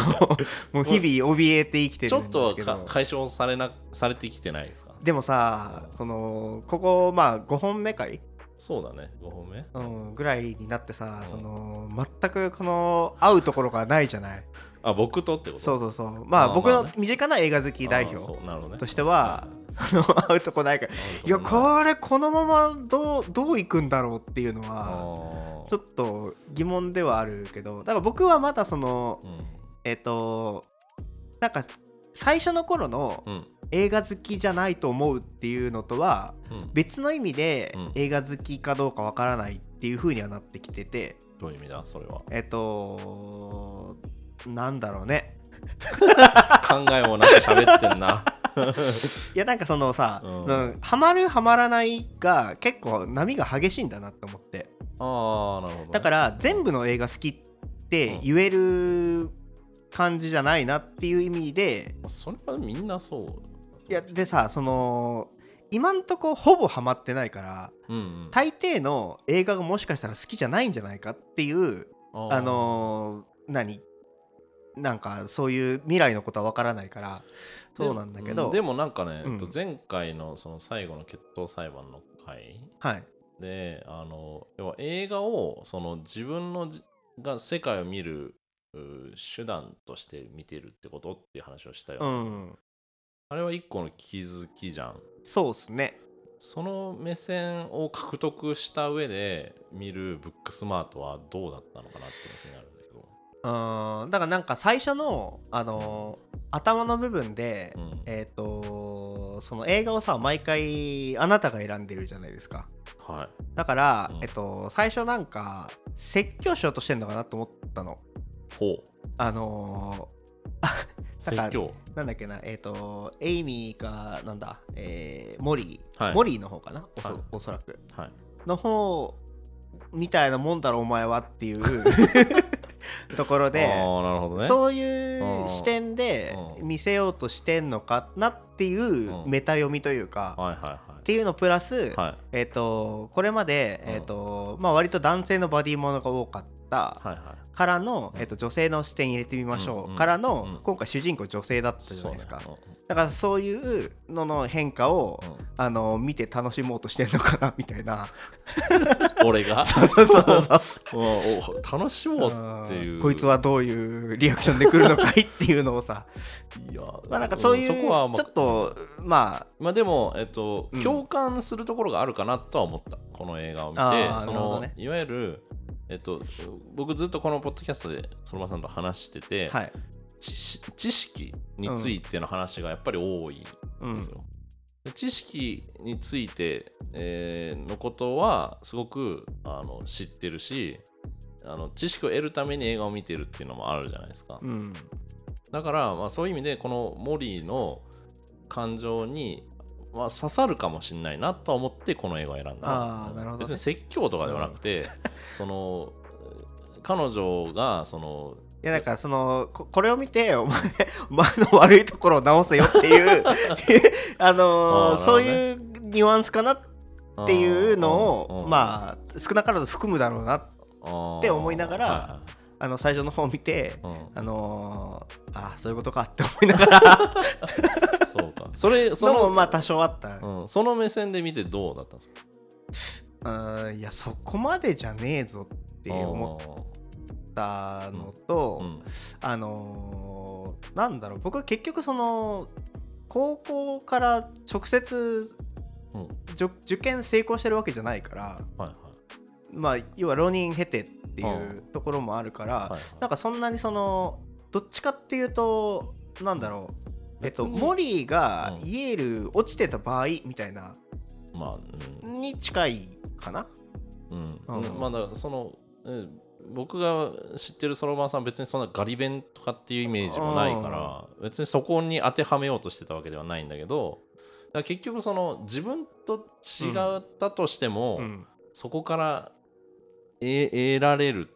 Speaker 2: もう日々怯えて生きて
Speaker 1: ち
Speaker 2: る
Speaker 1: ょ
Speaker 2: ん
Speaker 1: っ
Speaker 2: です
Speaker 1: と
Speaker 2: け
Speaker 1: か
Speaker 2: ど
Speaker 1: 解消されなされてきてないですか
Speaker 2: でもさそのここまあ5本目回、
Speaker 1: そうだね5本目
Speaker 2: うん、ぐらいになってさ
Speaker 1: うん
Speaker 2: その全くこの会うところがないじゃない
Speaker 1: あ僕とってこと
Speaker 2: そうそうそうまあ
Speaker 1: まあ
Speaker 2: 僕の
Speaker 1: まあね
Speaker 2: 身近な映画好き代
Speaker 1: あー
Speaker 2: 表
Speaker 1: そうなるほどね
Speaker 2: として はその会うとこないからいや
Speaker 1: れ
Speaker 2: これこのままどうどういくんだろうっていうのはちょ
Speaker 1: っ
Speaker 2: っと疑問ではあるけどだから僕はまだそのえっ、となんか最初の頃の
Speaker 1: うんうん
Speaker 2: 映画好きじゃないと思うっていうのとは
Speaker 1: うん
Speaker 2: 別の意味で
Speaker 1: うん
Speaker 2: 映画好きかどうかわからないっていう風にはなってきてて
Speaker 1: どういう意味だそれは
Speaker 2: えっ、となんだろうね
Speaker 1: 考えもなく喋ってん ない
Speaker 2: やなんかそのさ、
Speaker 1: う
Speaker 2: うんんハマるハマらないが結構波が激しいんだなって思って
Speaker 1: ああなるほどね
Speaker 2: だから全部の映画好きって言える感じじゃないなっていう意味で
Speaker 1: まあそれはみんなそうだと思う
Speaker 2: いやでさその今んとこほぼハマってないから
Speaker 1: うんうん
Speaker 2: 大抵の映画がもしかしたら好きじゃないんじゃないかっていう
Speaker 1: あー
Speaker 2: あのー何なんかそういう未来のことは分からないからそうなんだけど
Speaker 1: でもなんかね、
Speaker 2: うん
Speaker 1: えっと前回のその最後の決闘裁判の回
Speaker 2: はい
Speaker 1: であの要は映画をその自分のじが世界を見るう手段として見てるってことっていう話をしたよ、
Speaker 2: うん
Speaker 1: あれは一個の気づきじゃん
Speaker 2: そうっすね
Speaker 1: その目線を獲得した上で見るブックスマートはどうだったのかなっていうのが気になるんだけど
Speaker 2: うんだからなんか最初の、あのー頭の部分で、
Speaker 1: うん
Speaker 2: えっ、とその映画をさ毎回あなたが選んでるじゃないですか
Speaker 1: はい
Speaker 2: だから、
Speaker 1: うん
Speaker 2: えっと最初なんか説教しようとしてんのかなと思ったの
Speaker 1: ほう
Speaker 2: あのだから
Speaker 1: 説教
Speaker 2: ーなんだっけなえっ、とエイミーかなんだえーモリー、
Speaker 1: はい
Speaker 2: モリーの方かなおそ,、
Speaker 1: はい
Speaker 2: おそらく
Speaker 1: はい
Speaker 2: の方みたいなもんだろお前はっていう ところ
Speaker 1: あ
Speaker 2: で
Speaker 1: あなるほどね
Speaker 2: そう
Speaker 1: う
Speaker 2: い
Speaker 1: ん
Speaker 2: う視点で
Speaker 1: うん
Speaker 2: 見せようとしてんのかなっていう
Speaker 1: うん
Speaker 2: メタ読みというか、っ
Speaker 1: はいはい
Speaker 2: ていうのプラス、
Speaker 1: はいはい
Speaker 2: えっとこれまで、
Speaker 1: うん
Speaker 2: えっとまあ、割と男性のバディものが多かった
Speaker 1: はいはい
Speaker 2: からの、
Speaker 1: うん
Speaker 2: えっと女性の視点入れてみましょう、
Speaker 1: うんうん
Speaker 2: からの、
Speaker 1: うん
Speaker 2: 今回主人公女性だったじゃ
Speaker 1: そ
Speaker 2: な
Speaker 1: うね
Speaker 2: いですか、
Speaker 1: うん
Speaker 2: だからそういうのの変化を、
Speaker 1: うん
Speaker 2: あの見て楽しもうとしてんのかなみた いな
Speaker 1: 俺 が
Speaker 2: そうそうそう
Speaker 1: うんお楽しもうっていう
Speaker 2: こいつはどういうリアクションで来るのかいっていうのをさ
Speaker 1: いや
Speaker 2: まあなんかそういう、
Speaker 1: んそこはまあ
Speaker 2: ちょっとま
Speaker 1: まあでも、えっと
Speaker 2: うん
Speaker 1: 共感するところがあるかなとは思ったこの映画を見て
Speaker 2: あー
Speaker 1: そ
Speaker 2: なるほ
Speaker 1: の、
Speaker 2: どね
Speaker 1: いわゆるえっと僕ずっとこのポッドキャストでそのまさんと話してて、
Speaker 2: あはい、
Speaker 1: 知識知識についての話がやっぱり多い
Speaker 2: うんん
Speaker 1: ですよ。で知識について、えーのことはすごくあの知ってるしあの知識を得るために映画を見てるっていうのもあるじゃないですか。
Speaker 2: うん
Speaker 1: だから、まあ、そういう意味でこのモリーの感情に、まあ、刺さるかもしれないなとは思ってこの映画を選んだ
Speaker 2: あーなるほどね
Speaker 1: 別に説教とかではなくて、その彼女がその
Speaker 2: いやなんかそのここれを見てお前 お前の悪いところを直せよっていう あの
Speaker 1: あーなるほど
Speaker 2: ー
Speaker 1: ね
Speaker 2: そういうニュアンスかなっていうのを
Speaker 1: あ
Speaker 2: まあ少なからず含むだろうな
Speaker 1: って
Speaker 2: 思いながらあの最初の方を見て
Speaker 1: うん、
Speaker 2: あのーあーそういうことかって思いながら
Speaker 1: そうかそれ そ
Speaker 2: のも
Speaker 1: の,、
Speaker 2: まあ多少あった、
Speaker 1: うん、その目線で見てどうだったんですか
Speaker 2: うん、いやそこまでじゃねえぞって思ったのと、
Speaker 1: うん
Speaker 2: あのーなんだろう僕は結局その高校から直接
Speaker 1: うん
Speaker 2: じょ受験成功してるわけじゃないから、
Speaker 1: はいはい
Speaker 2: まあ、要は浪人経てってい
Speaker 1: あ
Speaker 2: うところもあるから、
Speaker 1: はいはい
Speaker 2: なんかそんなにそのどっちかっていうとなんだろう、えっと、
Speaker 1: 別に
Speaker 2: モリーが
Speaker 1: うん
Speaker 2: イエール落ちてた場合みたいな
Speaker 1: まあうん
Speaker 2: に近いかな。
Speaker 1: うん
Speaker 2: う
Speaker 1: う
Speaker 2: ん
Speaker 1: んまあだからそのえー僕が知ってるそろばんさん別にそんなガリ弁とかっていうイメージもないから別にそこに当てはめようとしてたわけではないんだけどだから結局その自分と違ったとしても、
Speaker 2: うん
Speaker 1: そこからえ得られる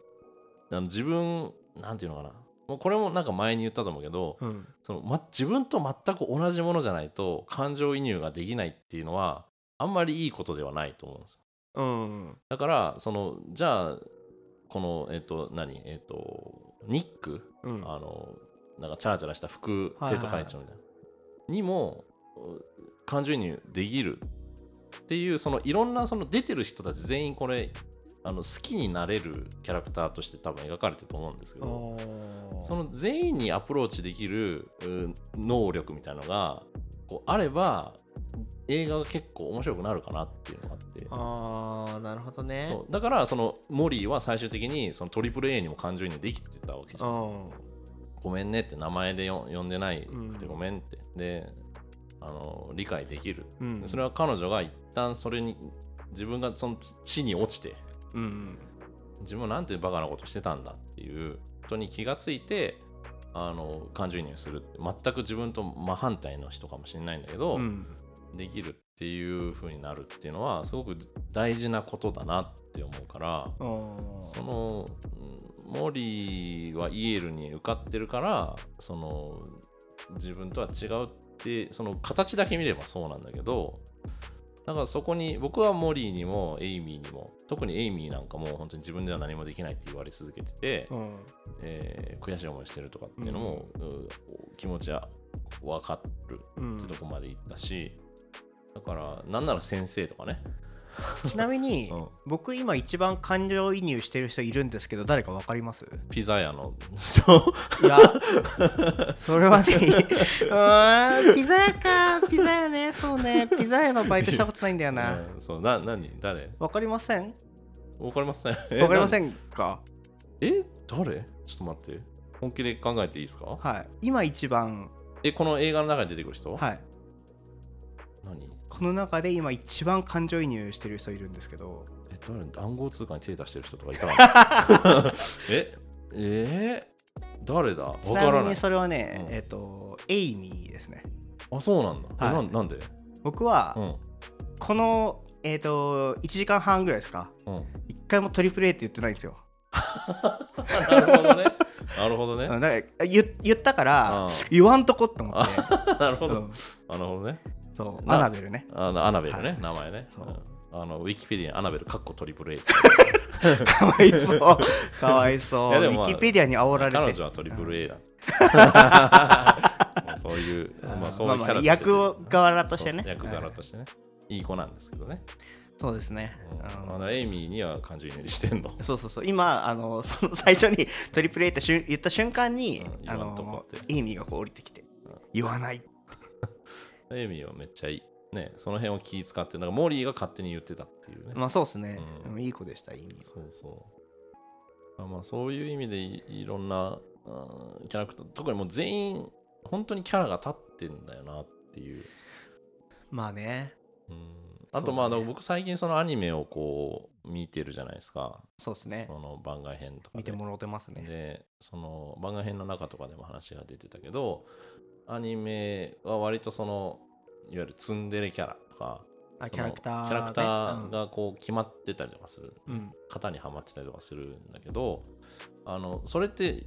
Speaker 1: あの自分なんていうのかなもうこれもなんか前に言ったと思うけど
Speaker 2: うん
Speaker 1: その、ま、自分と全く同じものじゃないと感情移入ができないっていうのはあんまりいいことではないと思うんですよ
Speaker 2: うん
Speaker 1: だからそのじゃあこのえっ、と何えっ、とニック
Speaker 2: うん
Speaker 1: あのなんかチャラチャラした副
Speaker 2: は
Speaker 1: 生
Speaker 2: いはい
Speaker 1: 徒
Speaker 2: はい
Speaker 1: 会長みたいな、にもう感情移入できるっていうそのいろんなその出てる人たち全員これあの好きになれるキャラクターとして多分描かれてると思うんですけどその全員にアプローチできるうん能力みたいなのがこうあれば映画が結構面白くなるかなっていうのがあって。
Speaker 2: あーなるほどね
Speaker 1: そうだからそのモリーは最終的にその AAA にも感情移入できてたわけじゃん
Speaker 2: うん
Speaker 1: ごめんねって名前でよ呼んでないくて
Speaker 2: うん
Speaker 1: ごめんって、であの理解できる、
Speaker 2: うん
Speaker 1: それは彼女が一旦それに自分がその地に落ちて
Speaker 2: うん
Speaker 1: 自分はなんてバカなことしてたんだっていうことに気がついてあの感情移入するって全く自分と真反対の人かもしれないんだけど、
Speaker 2: うん
Speaker 1: できるっていう風になるっていうのはすごく大事なことだなって思うから、
Speaker 2: うん
Speaker 1: そのうんモリーはイエールに受かってるからその自分とは違うってその形だけ見ればそうなんだけどだからそこに僕はモリーにもエイミーにも特にエイミーなんかもう本当に自分では何もできないって言われ続けてて、
Speaker 2: うん
Speaker 1: えー悔しい思いしてるとかっていうのも、うん気持ちは分かる
Speaker 2: うん
Speaker 1: ってとこまで行ったし、だからなんなら先生とかね、
Speaker 2: ちなみに
Speaker 1: うん
Speaker 2: 僕今一番感情移入してる人いるんですけど誰かわかります
Speaker 1: ピザ屋の
Speaker 2: いや それはね うーんピザ屋かピザ屋ねそうねピザ屋のバイトしたことないんだよな
Speaker 1: うんそうな何誰
Speaker 2: わかりません
Speaker 1: わかりません。
Speaker 2: わかりませ
Speaker 1: ん。
Speaker 2: んか
Speaker 1: え、誰ちょっと待って。本気で考えていいですか
Speaker 2: はい今一番
Speaker 1: え、この映画の中に出てくる人
Speaker 2: はい
Speaker 1: 何
Speaker 2: この中で今一番感情移入してる人いるんですけど
Speaker 1: え、誰暗号通貨に手出してる人とかいたか な え、えー誰だわ
Speaker 2: ち
Speaker 1: か
Speaker 2: な
Speaker 1: ら
Speaker 2: み
Speaker 1: な
Speaker 2: に
Speaker 1: い。
Speaker 2: それはね、
Speaker 1: うん
Speaker 2: えっ、とエイミーですね
Speaker 1: あ、そうなんだ。え
Speaker 2: はい
Speaker 1: なんなんで
Speaker 2: 僕は
Speaker 1: うん。
Speaker 2: この、えっと1時間半ぐらいですか
Speaker 1: うん。
Speaker 2: 一回もトリプル A って言ってないんですよ、
Speaker 1: なるほどね。なるほど
Speaker 2: う
Speaker 1: ね。
Speaker 2: ん、だから言言ったから
Speaker 1: あ
Speaker 2: 言わんとこって思って、
Speaker 1: なるほ
Speaker 2: う
Speaker 1: ど。
Speaker 2: ん、
Speaker 1: なるほどね。
Speaker 2: そう
Speaker 1: な
Speaker 2: アナベ ルね
Speaker 1: あの、アナベル
Speaker 2: は
Speaker 1: ね
Speaker 2: い。
Speaker 1: 名前ね。
Speaker 2: そう
Speaker 1: うんあの、ウィキペディアにアナベル、カッコトリプル A って。
Speaker 2: かわいそう かわいそう
Speaker 1: いや
Speaker 2: ウ
Speaker 1: でもまあ
Speaker 2: ィキペディアに煽られて
Speaker 1: 彼女はトリプル A だ。 まあそういう、まあそういうキャラとして
Speaker 2: 役を柄としてね
Speaker 1: そう役柄
Speaker 2: はい
Speaker 1: としてね。いい子なんですけどね。
Speaker 2: そうですね、
Speaker 1: うん
Speaker 2: うん
Speaker 1: あのエイミーには感情移入してんの。
Speaker 2: そうそうそう今あのその最初にトリプル A ってしゅん言った瞬間に、
Speaker 1: うん
Speaker 2: あ
Speaker 1: 言わんとこ
Speaker 2: の
Speaker 1: って
Speaker 2: エイミーがこう降りてきて、言わない
Speaker 1: エイミーはめっちゃいい。ね、その辺を気使って、なんかモリーが勝手に言ってたっていうね。
Speaker 2: まあそうですね、
Speaker 1: うん
Speaker 2: うんいい子でしたエイミーは
Speaker 1: そうそう。あまあそういう意味でいいろんなあーキャラクター、特にもう全員、本当にキャラが立ってんだよなっていう。
Speaker 2: まあね
Speaker 1: うんあ
Speaker 2: そ
Speaker 1: と
Speaker 2: うだね
Speaker 1: まあ、あの僕最近そのアニメをこう見てるじゃないですか。
Speaker 2: そうですね
Speaker 1: その番外編とか
Speaker 2: 見て
Speaker 1: で
Speaker 2: もろてますね
Speaker 1: でその番外編の中とかでも話が出てたけどアニメは割とそのいわゆるツンデレキャラとか
Speaker 2: あ
Speaker 1: そ
Speaker 2: キ
Speaker 1: の
Speaker 2: ャラクターね、
Speaker 1: キャラクター
Speaker 2: うん
Speaker 1: がこう決まってたりとかする、
Speaker 2: うん
Speaker 1: 型にはまってたりとかするんだけどあのそれって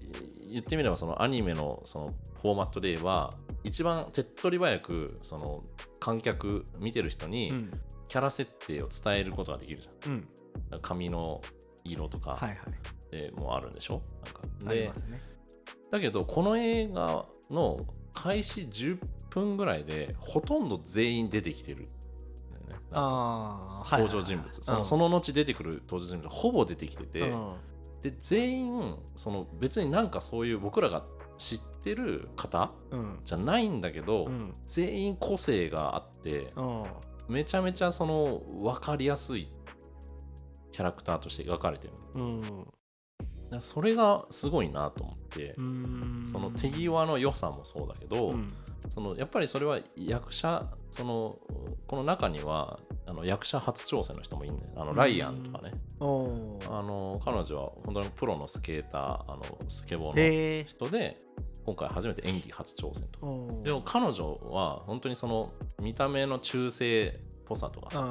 Speaker 1: 言ってみればそのアニメのそのフォーマットで言えば一番手っ取り早くその観客見てる人
Speaker 2: う
Speaker 1: に
Speaker 2: ん
Speaker 1: キャラ設定を伝えることができるじゃん
Speaker 2: うん、
Speaker 1: だから髪の色とか、
Speaker 2: はいはい
Speaker 1: でもあるんでしょなんか
Speaker 2: あり
Speaker 1: で
Speaker 2: ますね
Speaker 1: だけどこの映画の開始10分ぐらいでほとんど全員出てきてるんだよね、なんか
Speaker 2: ああはいはい
Speaker 1: 登場人物、そのその後出てくる登場人物がほぼ出てきてて、
Speaker 2: うん
Speaker 1: で全員その別になんかそういう僕らが知ってる方
Speaker 2: うん
Speaker 1: じゃないんだけど、
Speaker 2: うん
Speaker 1: 全員個性があって
Speaker 2: うん
Speaker 1: めちゃめちゃその分かりやすいキャラクターとして描かれてる
Speaker 2: うん
Speaker 1: だからそれがすごいなと思って、
Speaker 2: うん
Speaker 1: その手際の良さもそうだけど、
Speaker 2: うん
Speaker 1: そのやっぱりそれは役者そのこの中にはああの役者初挑戦の人もいるねあのライアンとかね、
Speaker 2: おー
Speaker 1: あの彼女は本当にプロのスケーターあのスケボーの
Speaker 2: へえ
Speaker 1: 人で今回初めて演技初挑戦とか
Speaker 2: おー
Speaker 1: でも彼女は本当にその見た目の中性っぽさとかさ
Speaker 2: う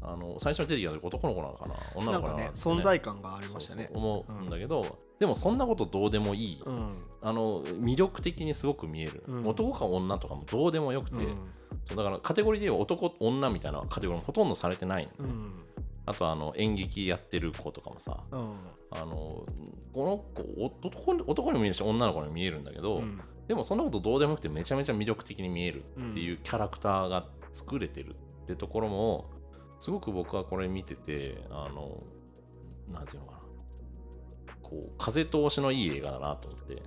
Speaker 1: あの最初に出てきた時男の子なのかな女
Speaker 2: ん、な
Speaker 1: の
Speaker 2: ん
Speaker 1: 子なのか
Speaker 2: か
Speaker 1: な
Speaker 2: ね
Speaker 1: って
Speaker 2: 存在感がありました
Speaker 1: そう
Speaker 2: ね
Speaker 1: そう思うんだけど、でもそんなことどうでもいい、
Speaker 2: うん
Speaker 1: あの魅力的にすごく見える、
Speaker 2: うん
Speaker 1: 男か女とかもどうでもよくて、
Speaker 2: うん
Speaker 1: そうだからカテゴリーで言えば男女みたいなカテゴリーもほとんどされてないの、
Speaker 2: うん
Speaker 1: あとあの演劇やってる子とかもさ
Speaker 2: うん
Speaker 1: あのこの子お男に男にも見えるし女の子にも見えるんだけど、
Speaker 2: うん
Speaker 1: でもそんなことどうでもよくてめちゃめちゃ魅力的に見えるっていうキャラクターが作れてるってところもすごく僕はこれ見ててあのなんていうのかなこう風通しのいい映画だなと思って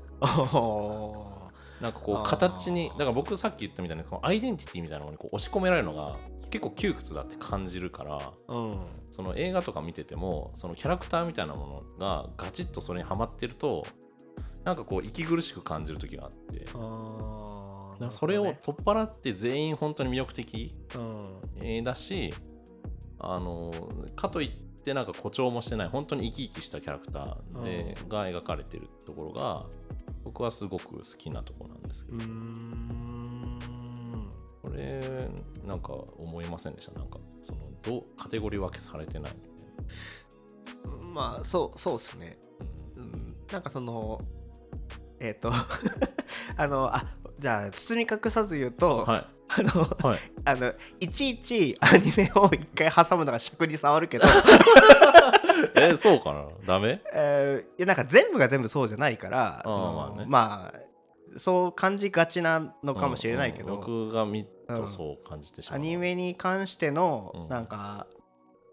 Speaker 2: おー
Speaker 1: なんかこ
Speaker 2: あ
Speaker 1: う
Speaker 2: ー
Speaker 1: 形にだから僕さっき言ったみたいなこのアイデンティティみたいなものにこう押し込められるのが結構窮屈だって感じるから
Speaker 2: うん
Speaker 1: その映画とか見ててもそのキャラクターみたいなものがガチッとそれにはまってるとなんかこう息苦しく感じる時があって
Speaker 2: あ
Speaker 1: だ
Speaker 2: ー
Speaker 1: からそれを
Speaker 2: なる
Speaker 1: 取っ払って全員本当に魅力的
Speaker 2: ほどね
Speaker 1: えーだしあのかといってなんか誇張もしてない本当に生き生きしたキャラクターでが描かれてるところが僕はすごく好きなところなんですけ
Speaker 2: う
Speaker 1: ど
Speaker 2: んうーん
Speaker 1: これなんか思いませんでしたなんかそのどうカテゴリー分けされてない、
Speaker 2: まあそうそうですね
Speaker 1: うん
Speaker 2: うんなんかそのえっ、と あのあじゃあ包み隠さず言うと、
Speaker 1: は
Speaker 2: あの
Speaker 1: いはい
Speaker 2: あのいちいちアニメを一回挟むのが尺に触 るけど、
Speaker 1: えーそうかなダ メ
Speaker 2: えーいやなんか全部が全部そうじゃないから
Speaker 1: あー
Speaker 2: その
Speaker 1: まあね
Speaker 2: まあそう感じがちなのかもしれないけ
Speaker 1: うん
Speaker 2: ど、
Speaker 1: うん僕が見るとそう感じてしま
Speaker 2: ア
Speaker 1: う、
Speaker 2: ニメに関しての、
Speaker 1: うん
Speaker 2: なんか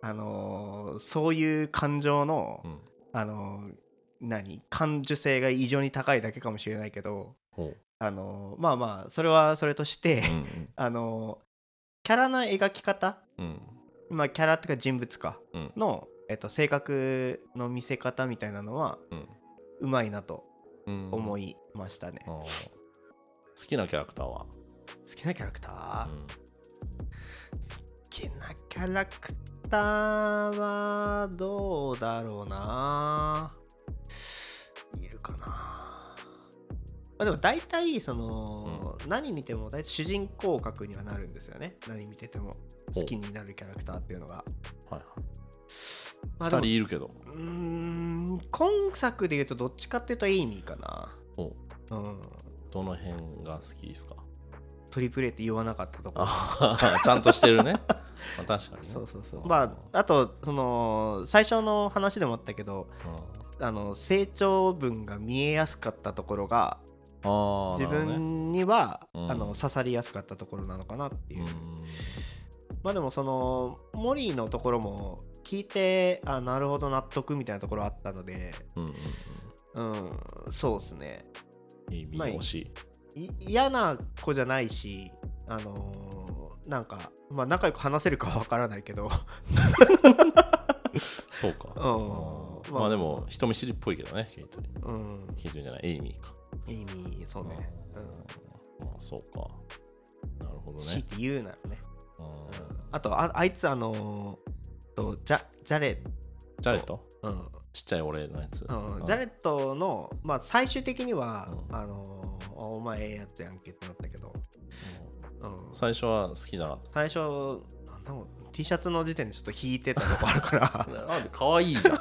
Speaker 2: あのーそういう感情の、
Speaker 1: うん
Speaker 2: あのー何感受性が異常に高いだけかもしれないけど
Speaker 1: ほう
Speaker 2: あのーまあまあそれはそれとして、
Speaker 1: うん
Speaker 2: あのーキャラの描き方
Speaker 1: うんうん
Speaker 2: まあキャラっていうか人物か
Speaker 1: うん
Speaker 2: の、えっと、性格の見せ方みたいなのは
Speaker 1: うん
Speaker 2: うまいなと
Speaker 1: うん
Speaker 2: 思いましたね、
Speaker 1: あー好きなキャラクターは、
Speaker 2: 好きなキャラクター、
Speaker 1: うん
Speaker 2: 好きなキャラクターはどうだろうないるかなまあでも大体その、何見ても大体主人公格にはなるんですよね何見てても
Speaker 1: ほう
Speaker 2: 好きになるキャラクターっていうのが、
Speaker 1: はい
Speaker 2: ま
Speaker 1: 2
Speaker 2: あ、で
Speaker 1: 人
Speaker 2: も
Speaker 1: いるけど
Speaker 2: うーん今作で言うとどっちかっていうとエイミーか
Speaker 1: お
Speaker 2: なうん
Speaker 1: どの辺が好きですか
Speaker 2: トリプレイって言わなかったとこ
Speaker 1: あちゃんとしてる ね、まあ、確かにね
Speaker 2: そうそうそう
Speaker 1: うん
Speaker 2: まああとその最初の話でもあったけどあの成長分が見えやすかったところが
Speaker 1: あー
Speaker 2: 自
Speaker 1: なるほどね
Speaker 2: 分には、
Speaker 1: うん
Speaker 2: あの刺さりやすかったところなのかなっていう、
Speaker 1: うん
Speaker 2: まあでもそのモリーのところも聞いてあなるほど納得みたいなところあったので
Speaker 1: うんうん
Speaker 2: うんそうですね
Speaker 1: うんいい見
Speaker 2: まあいい
Speaker 1: 惜しい
Speaker 2: い嫌な子じゃないしあのーなんか、まあ、仲良く話せるかは分からないけど
Speaker 1: そうか
Speaker 2: う
Speaker 1: う
Speaker 2: ん
Speaker 1: んまあでも人見知りっぽいけどねケイトリ
Speaker 2: うん
Speaker 1: ケイトリじゃないエイミーか
Speaker 2: いい意味そうね、う
Speaker 1: うんまあそうかなるほど
Speaker 2: ん、強い
Speaker 1: ね
Speaker 2: て言うならね、
Speaker 1: うん
Speaker 2: うんあとああいつあのーとジャジャレッ
Speaker 1: ジャレット
Speaker 2: うん
Speaker 1: ちっちゃい俺のやつ
Speaker 2: うん、ジャレ
Speaker 1: ッ
Speaker 2: ットの、まあ、最終的には、
Speaker 1: うん
Speaker 2: あのーあお前ええやつやんけってなったけど、うん、
Speaker 1: 最初は好きじゃなかっ
Speaker 2: 最初なんだろう T シャツの時点でちょっと引いてたとこあるから
Speaker 1: たなんで可愛い じゃん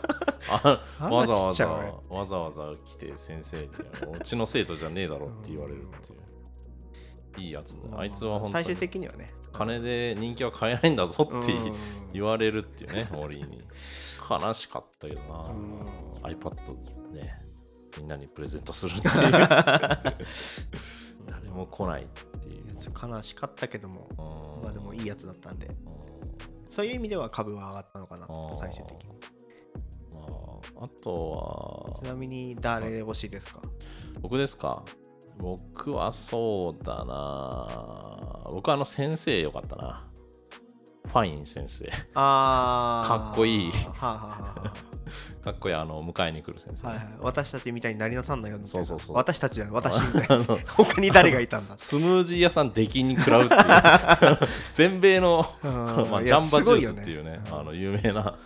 Speaker 1: あ
Speaker 2: あ ん
Speaker 1: わ
Speaker 2: な
Speaker 1: ざ
Speaker 2: ち
Speaker 1: わ
Speaker 2: っちゃ
Speaker 1: ざ
Speaker 2: い俺
Speaker 1: わざわざ来て先生に「うちの生徒じゃねえだろ」って言われるっていういいやつだあいつは本当
Speaker 2: 最終
Speaker 1: に
Speaker 2: 的にはね
Speaker 1: 金で人気は買えないんだぞ って
Speaker 2: うん
Speaker 1: 言われるっていうね森に悲しかったけどな
Speaker 2: うん
Speaker 1: iPad ねみんなにプレゼントする っていう誰も来ないっていう
Speaker 2: ちょっと悲しかったけども、
Speaker 1: うん
Speaker 2: まあでもいいやつだったんで
Speaker 1: うん
Speaker 2: そういう意味では株は上がったのかな
Speaker 1: あー
Speaker 2: 最終的に
Speaker 1: まあ、あと
Speaker 2: ち
Speaker 1: は
Speaker 2: なみに誰で推しですか
Speaker 1: 僕ですか僕はそうだな僕はあの先生よかったなファイン先生
Speaker 2: あー
Speaker 1: かっこいい
Speaker 2: はあはあはあはあ
Speaker 1: かっこいいあの迎えに来る先生、
Speaker 2: はいはい、私たちみたいになりなさんなよみたいな
Speaker 1: そうそうそう
Speaker 2: 私たちじゃない私みたいな他に誰がいたんだ
Speaker 1: スムージー屋さん出禁に食らうっていう 全米の、
Speaker 2: うん
Speaker 1: まあ、
Speaker 2: い
Speaker 1: ジ
Speaker 2: や
Speaker 1: ャンバジュースっていうね
Speaker 2: すごいよ
Speaker 1: あの有名な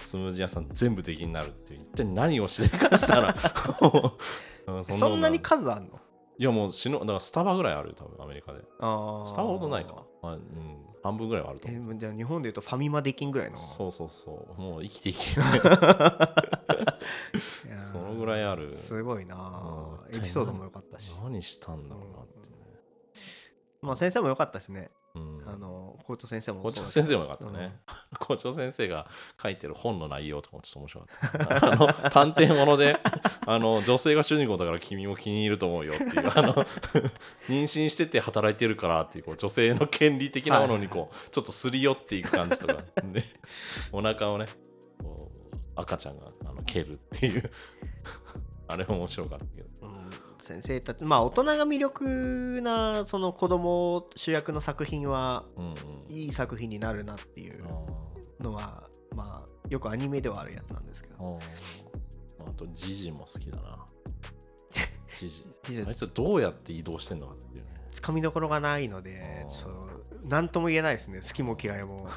Speaker 1: スムージー屋さん全部出禁になるっていう一体何をしでかした らう
Speaker 2: そ
Speaker 1: こ
Speaker 2: ん
Speaker 1: と
Speaker 2: なに数あんの
Speaker 1: いやもう死ぬだからスタバぐらいあるよ多分アメリカで
Speaker 2: あー
Speaker 1: スタバほどないか、まあうん、半分ぐらいはあると
Speaker 2: え
Speaker 1: 思う
Speaker 2: もうじゃあ日本でいうとファミマできんぐらいの
Speaker 1: そうそうそうもう生きていけない
Speaker 2: いやー
Speaker 1: そのぐらいある
Speaker 2: すごいな
Speaker 1: うん
Speaker 2: エピソードも良かったし、
Speaker 1: 何したんだろうなってね、
Speaker 2: まあ、先生も良かったですね、
Speaker 1: うん、
Speaker 2: あの校長先生も
Speaker 1: 校
Speaker 2: そう
Speaker 1: 長
Speaker 2: だけ
Speaker 1: 先
Speaker 2: ど
Speaker 1: 生もよかったね、 校長先生が書いてる本の内容とかもちょっと面白かった あの探偵もので あの女性が主人公だから君も気に入ると思うよっていう あの妊娠してて働いてるからっていうこう女性の権利的なものにこうちょっとすり寄っていく感じと かでお腹をねこう赤ちゃんがあの蹴るっていう あれも面白かったけど
Speaker 2: うん先生たちまあ大人が魅力なその子供主役の作品は
Speaker 1: うんうん
Speaker 2: いい作品になるなっていうのはまあよくアニメではあるやつなんですけ
Speaker 1: あ
Speaker 2: ど
Speaker 1: ーあとジジも好きだなジジ
Speaker 2: ジジ
Speaker 1: あいつどうやって移動してんのかっていうね
Speaker 2: つかみどころがないので
Speaker 1: あー
Speaker 2: そうなんとも言えないですね好きも嫌 いも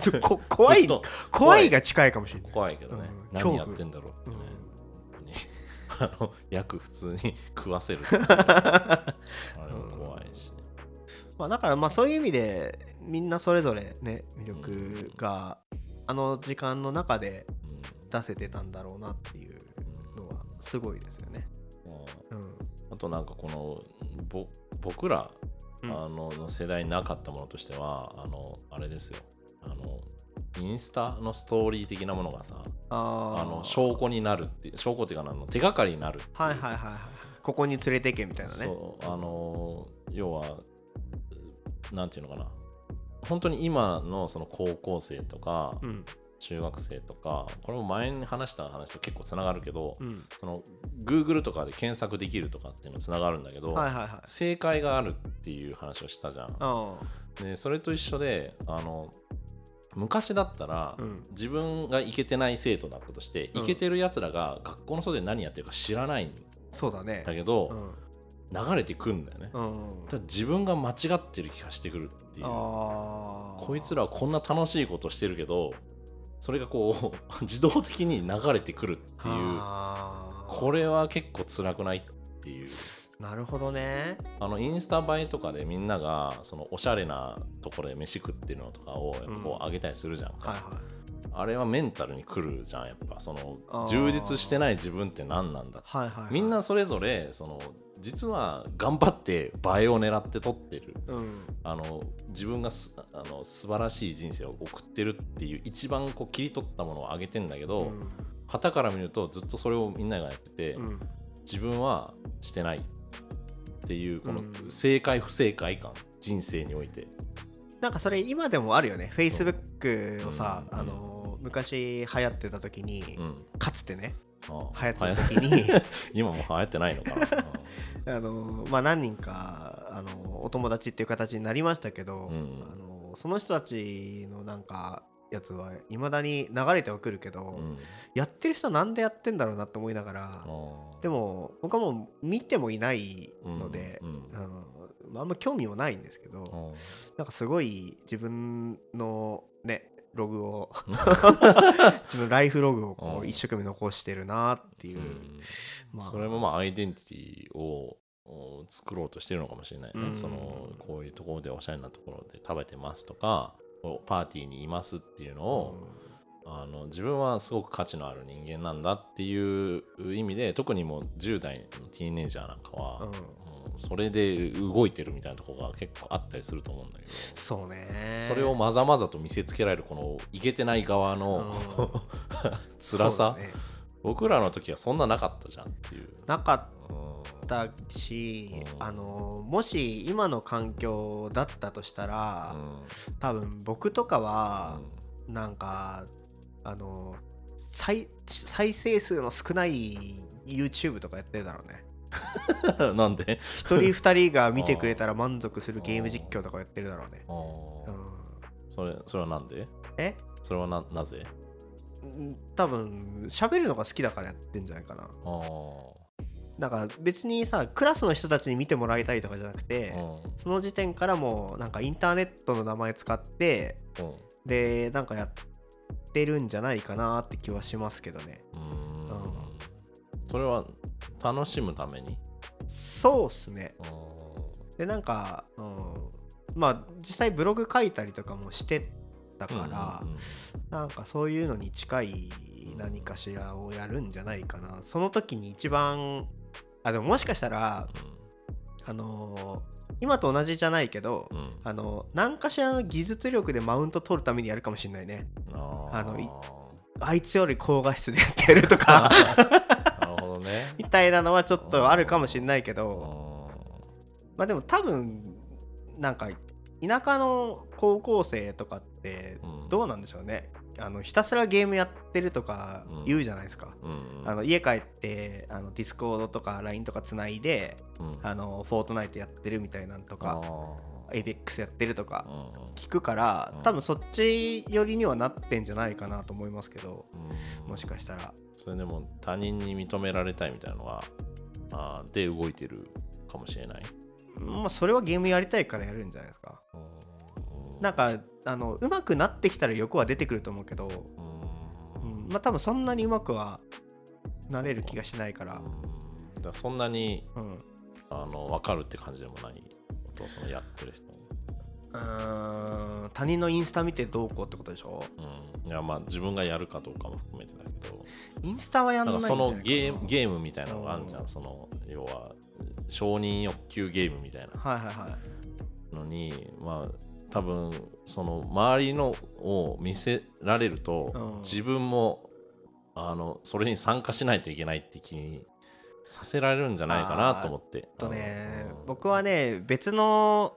Speaker 2: ちょこ怖い
Speaker 1: ずっと
Speaker 2: 怖いが近いかもしれない
Speaker 1: 怖いけどね、
Speaker 2: うん
Speaker 1: 何やってんだろうってね、本当に あの役普通に食わせるっていうねあれも怖いし、
Speaker 2: まあ、だからまあそういう意味でみんなそれぞれね魅力があの時間の中で
Speaker 1: うん
Speaker 2: 出せてたんだろうなっていう
Speaker 1: うん
Speaker 2: のはすごいですよね。
Speaker 1: ま
Speaker 2: うん
Speaker 1: ああとなんかこのぼ僕らあ
Speaker 2: うん
Speaker 1: のの世代になかったものとしてはあのあれですよあのインスタのストーリー的なものがさ
Speaker 2: あ
Speaker 1: あ
Speaker 2: ー
Speaker 1: の証拠になるっていう証拠っていうかあの手がかりになるっていう
Speaker 2: はいはいはいはいここに連れてけみたいなね。
Speaker 1: そうあのー要はうなんていうのかな本当に今のその高校生とか
Speaker 2: うん
Speaker 1: 中学生とか、これも前に話した話と結構つながるけど、
Speaker 2: うん
Speaker 1: その Google とかで検索できるとかっていうのつながるんだけど、
Speaker 2: はいはいはい。
Speaker 1: 正解があるっていう話をしたじゃん。
Speaker 2: あ
Speaker 1: でそれと一緒であの昔だったら、
Speaker 2: うん
Speaker 1: 自分がイケてない生徒だったとして
Speaker 2: うん
Speaker 1: イケてるやつらが学校の外で何やってるか知らないん
Speaker 2: ーそうだね
Speaker 1: だ。けど、
Speaker 2: うん
Speaker 1: 流れてくんだよね。
Speaker 2: うん
Speaker 1: ただ自分が間違ってる気がしてくるっていう
Speaker 2: あー
Speaker 1: こいつらはこんな楽しいことしてるけどそれがこう 自動的に流れてくるっていう
Speaker 2: あー
Speaker 1: これは結構辛くないっていう
Speaker 2: なるほどね。
Speaker 1: あのインスタ映えとかでみんながそのおしゃれなところで飯食ってるのとかをやっぱこ
Speaker 2: う
Speaker 1: う上げたりするじゃん
Speaker 2: はい
Speaker 1: か、
Speaker 2: はい。
Speaker 1: あれはメンタルにくるじゃんやっぱその
Speaker 2: あー
Speaker 1: 充実してない自分って何なんだって
Speaker 2: はいはいはい、
Speaker 1: みんなそれぞれその実は頑張って映えを狙って撮ってる
Speaker 2: うん
Speaker 1: あの自分がすあの素晴らしい人生を送ってるっていう一番こう切り取ったものを上げてんだけど、
Speaker 2: うん
Speaker 1: 旗から見るとずっとそれをみんながやってて、
Speaker 2: うん
Speaker 1: 自分はしてないっていうこの
Speaker 2: うん
Speaker 1: 正解不正解感人生において
Speaker 2: なんかそれ今でもあるよね Facebook をさ、
Speaker 1: うん
Speaker 2: あのー昔流行ってた時に、
Speaker 1: うん
Speaker 2: かつてね
Speaker 1: ああ
Speaker 2: 流行って
Speaker 1: は
Speaker 2: た
Speaker 1: や
Speaker 2: 時に
Speaker 1: 今もう流行ってないのか な
Speaker 2: あのー、まあ、何人か、あのーお友達っていう形になりましたけ
Speaker 1: うん
Speaker 2: ど、あのーその人たちのなんかやつはいまだに流れてはくるけど、
Speaker 1: うん
Speaker 2: やってる人はなんでやってんだろうなと思いながら、
Speaker 1: あ
Speaker 2: でも僕はもう見てもいない
Speaker 1: あうん
Speaker 2: ので、
Speaker 1: うん
Speaker 2: うんまああんま興味もないんですけど、
Speaker 1: あ
Speaker 2: なんかすごい自分のねロ グを自分のライフログをこ
Speaker 1: う
Speaker 2: うん一生懸命残してるなって
Speaker 1: あ
Speaker 2: いうう、
Speaker 1: ん
Speaker 2: まあ、
Speaker 1: それもまあアイデンティティをお作ろうとしてるのかもしれないね、
Speaker 2: うん
Speaker 1: そのこういうところでおしゃれなところで食べてますとかこうパーティーにいますっていうのを、あの自分はすごく価値のある人間なんだっていう意味で特にもう10代のティーンエイジャーなんか
Speaker 2: う
Speaker 1: は、
Speaker 2: ん、うん
Speaker 1: もうそれで動いてるみたいなところが結構あったりすると思うんだけど。
Speaker 2: そうね
Speaker 1: それをまざまざと見せつけられるこのいけてない側の 辛さ、
Speaker 2: そうね
Speaker 1: 僕らの時はそんななかったじゃんっていう、
Speaker 2: なかっ
Speaker 1: うん
Speaker 2: たし、
Speaker 1: うん
Speaker 2: あのもし今の環境だったとしたら、多分僕とかはなんかあの再再生数の少ない YouTube とかやってたろうね
Speaker 1: うん なんで
Speaker 2: 一人二人が見てくれたら満足するゲーム実況とかやってるだろうね。うん、
Speaker 1: それそれはなんで
Speaker 2: え
Speaker 1: それはななぜ
Speaker 2: うん多分喋るのが好きだからやってんじゃないかな
Speaker 1: あ
Speaker 2: だから別にさクラスの人たちに見てもらいたいとかじゃなくて、
Speaker 1: ー
Speaker 2: その時点からもうなんかインターネットの名前使って
Speaker 1: うん
Speaker 2: でなんかやってるんじゃないかなって気はしますけどね
Speaker 1: うんうーん
Speaker 2: うん
Speaker 1: それは楽しむために
Speaker 2: そうっすね
Speaker 1: あー
Speaker 2: でなんか、うん、まあ実際ブログ書いたりとかもしてたから、
Speaker 1: うんうんうん
Speaker 2: なんかそういうのに近い何かしらをやるんじゃないかなその時に一番あでももしかしたらあのー今と同じじゃないけど、
Speaker 1: うんうん
Speaker 2: あの何かしらの技術力でマウント取るためにやるかもしれないね
Speaker 1: あー
Speaker 2: あのいあいつより高画質でやってる と か
Speaker 1: なるほどね
Speaker 2: みたいなのはちょっとあるかもしれないけ
Speaker 1: う
Speaker 2: ど
Speaker 1: ん
Speaker 2: まあでも多分なんか田舎の高校生とかって
Speaker 1: うん
Speaker 2: どうなんでしょうねあのひたすらゲームやってるとか
Speaker 1: うん
Speaker 2: 言うじゃないですか、
Speaker 1: うんうん
Speaker 2: あの家帰ってあのディスコードとか LINE とかつないで
Speaker 1: うん
Speaker 2: あのフォートナイトやってるみたいなんと
Speaker 1: あ
Speaker 2: かエイペックスやってるとか
Speaker 1: ーうんうん
Speaker 2: 聞くから
Speaker 1: うん
Speaker 2: 多分そっち寄りにはなってんじゃないかなと思いますけど
Speaker 1: うん
Speaker 2: もしかしたら
Speaker 1: それでも他人に認められたいみたいなのはあーで動いてるかもしれない。
Speaker 2: まあそれはゲームやりたいからやるんじゃないですか
Speaker 1: うん
Speaker 2: なんかあの上手くなってきたら欲は出てくると思うけど、
Speaker 1: うん
Speaker 2: うん、まあ多分そんなに上手くはなれる気がしないから
Speaker 1: うんだからそんなに
Speaker 2: うんう
Speaker 1: あの分かるって感じでもないことそのやってる人
Speaker 2: ーん他人のインスタ見てどうこうってことでしょ
Speaker 1: うん、いやまあ自分がやるかどうかも含めてだけど
Speaker 2: インスタはやん
Speaker 1: な
Speaker 2: なんいん
Speaker 1: か
Speaker 2: じゃな
Speaker 1: そ
Speaker 2: いかな
Speaker 1: のゲームゲームみたいなのがあるじゃ
Speaker 2: うん
Speaker 1: んその要は承認欲求ゲームみたいな
Speaker 2: はいはいはい
Speaker 1: のにまあ多分その周りのを見せられると、
Speaker 2: うん
Speaker 1: 自分もあのそれに参加しないといけないって気にさせられるんじゃないかなと思って。
Speaker 2: あとね
Speaker 1: うん
Speaker 2: 僕はね別の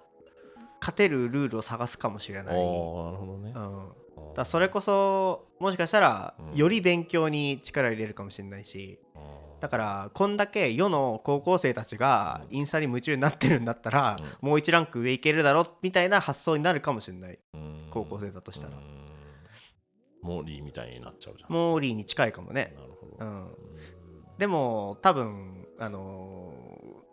Speaker 2: 勝てるルールを探すかもしれない
Speaker 1: おーなるほどね
Speaker 2: う。んだからそれこそもしかしたら
Speaker 1: うん
Speaker 2: より勉強に力入れるかもしれないしだからこんだけ世の高校生たちがインスタに夢中になってるんだったら
Speaker 1: う
Speaker 2: もう1ランク上いけるだろみたいな発想になるかもしれない
Speaker 1: うん
Speaker 2: 高校生だとしたら
Speaker 1: うんモーリーみたいになっちゃうじゃん。
Speaker 2: モーリーに近いかもね
Speaker 1: なるほど
Speaker 2: う。んでも多分あの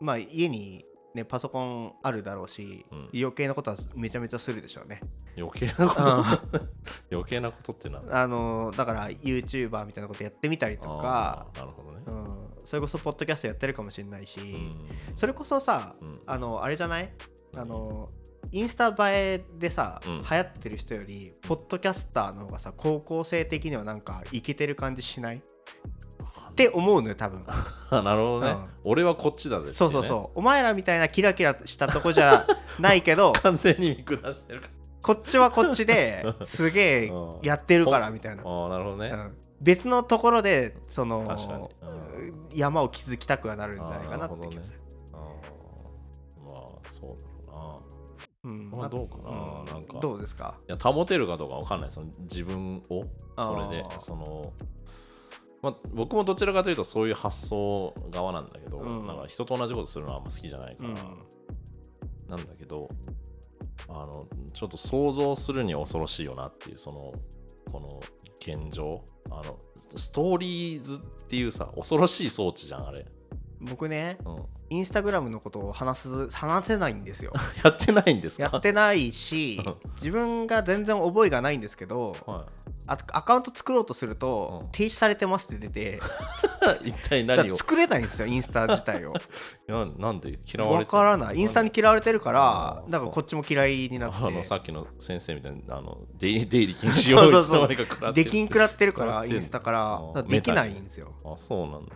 Speaker 2: ーまあ家にねパソコンあるだろうし
Speaker 1: うん
Speaker 2: 余計なことはめちゃめちゃするでしょうね
Speaker 1: 余計なこと、 余計なことってなんだ
Speaker 2: あのーだから YouTuber みたいなことやってみたりとか
Speaker 1: あーなるほどね
Speaker 2: う。ん、それこそポッドキャストやってるかもしれないし、
Speaker 1: うん
Speaker 2: それこそさ、
Speaker 1: うん
Speaker 2: あのあれじゃないあのインスタ映えでさ、
Speaker 1: うん
Speaker 2: 流行ってる人よりポッドキャスターの方がさ高校生的にはなんかイケてる感じしないって思うのよ多分
Speaker 1: あなるほどね、
Speaker 2: うん
Speaker 1: 俺はこっちだぜってね
Speaker 2: そうそうそう、お前らみたいなキラキラしたとこじゃない けど
Speaker 1: 完全に見下してるか
Speaker 2: こっちはこっち ですげえ
Speaker 1: うん
Speaker 2: やってるからみたいな
Speaker 1: ら、ああなるほどね、
Speaker 2: うん別のところでそ
Speaker 1: 確かに
Speaker 2: の、山を築きたくはなるんじゃないかな
Speaker 1: あーなるほ
Speaker 2: っ
Speaker 1: ど
Speaker 2: て
Speaker 1: ね
Speaker 2: 気がする
Speaker 1: あーまあそうだろうな
Speaker 2: うん
Speaker 1: まあどうかな
Speaker 2: うん
Speaker 1: なんか
Speaker 2: どうですか
Speaker 1: いや保てるかどうかわかんないその自分をそれで
Speaker 2: あー
Speaker 1: そのまあ、僕もどちらかというとそういう発想側なんだけど、
Speaker 2: うん
Speaker 1: なんか人と同じことするのはあんま好きじゃないか
Speaker 2: う
Speaker 1: ら、
Speaker 2: ん
Speaker 1: なんだけどあのちょっと想像するに恐ろしいよなっていうそのこの現状あのストーリーズっていうさ恐ろしい装置じゃんあれ、
Speaker 2: 僕ね
Speaker 1: うん、
Speaker 2: インスタグラムのことを話す話せないんですよ
Speaker 1: やってないんです
Speaker 2: や
Speaker 1: か
Speaker 2: ってな いし
Speaker 1: う
Speaker 2: 自分が全然覚えがないんですけど
Speaker 1: は
Speaker 2: あアカウント作ろうとすると、
Speaker 1: うん
Speaker 2: 停止されてますって出て
Speaker 1: い、 一体
Speaker 2: だか
Speaker 1: 何を
Speaker 2: ら作れないんですよインスタ自体を
Speaker 1: ななんで嫌われ
Speaker 2: わ
Speaker 1: て
Speaker 2: からないインスタに嫌われてるか
Speaker 1: あ
Speaker 2: ら
Speaker 1: ー
Speaker 2: だからこっちも嫌いにな
Speaker 1: あの
Speaker 2: っ
Speaker 1: さ
Speaker 2: て
Speaker 1: っきの先生みたいなあの出 入出入り禁止をいつの間にか食らって
Speaker 2: で
Speaker 1: る
Speaker 2: きんくらってるか
Speaker 1: 食らっ
Speaker 2: ら
Speaker 1: て
Speaker 2: イ
Speaker 1: んの
Speaker 2: ンスタから
Speaker 1: うん
Speaker 2: だからできないんですよ
Speaker 1: あそうなんだ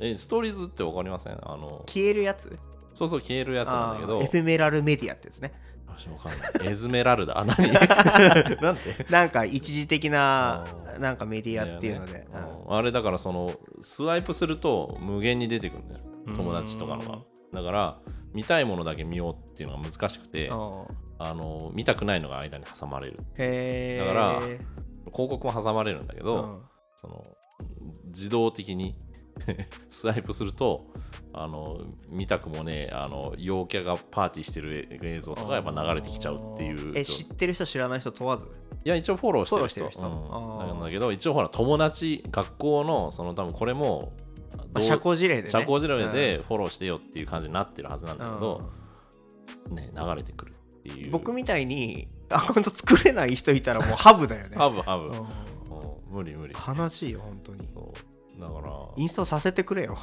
Speaker 1: えストーリーズってわかりませんあの
Speaker 2: 消えるやつ
Speaker 1: そうそう消えるやつなんだけ
Speaker 2: あ
Speaker 1: ど
Speaker 2: ーエフェメラルメディアってですね
Speaker 1: よしわかんないエズメラルダあ 何なんで
Speaker 2: なんか一時的な
Speaker 1: あー
Speaker 2: なんかメディアっていうので、
Speaker 1: だよねうんあれだからそのスワイプすると無限に出てくるんだよ
Speaker 2: うん
Speaker 1: 友達とかのがだから見たいものだけ見ようっていうのが難しくて
Speaker 2: うんうん
Speaker 1: あの見たくないのが間に挟まれる
Speaker 2: へー
Speaker 1: だから広告も挟まれるんだけど、
Speaker 2: うん
Speaker 1: その自動的に スワイプするとあの見たくもねえあの陽キャがパーティーしてる映像とかやっぱ流れてきちゃうっていう
Speaker 2: え知ってる人知らない人問わず
Speaker 1: いや一応フォローしてる人
Speaker 2: フォローしてる人
Speaker 1: うん
Speaker 2: あー
Speaker 1: なんだけど一応ほら友達学校のその多分これも、
Speaker 2: ま
Speaker 1: ど
Speaker 2: あ
Speaker 1: う
Speaker 2: 社交辞令で、ね、
Speaker 1: 社交辞令でフォローしてよっていう感じになってるはずなんだけど、ね流れてくるって
Speaker 2: う
Speaker 1: い
Speaker 2: ん
Speaker 1: う
Speaker 2: 僕みたいにアカウント作れない人いたらもうハブだよね
Speaker 1: ハブハブ、
Speaker 2: う
Speaker 1: うん無理無理
Speaker 2: ん悲しいよ本当に
Speaker 1: そうだから
Speaker 2: インストさせてくれよ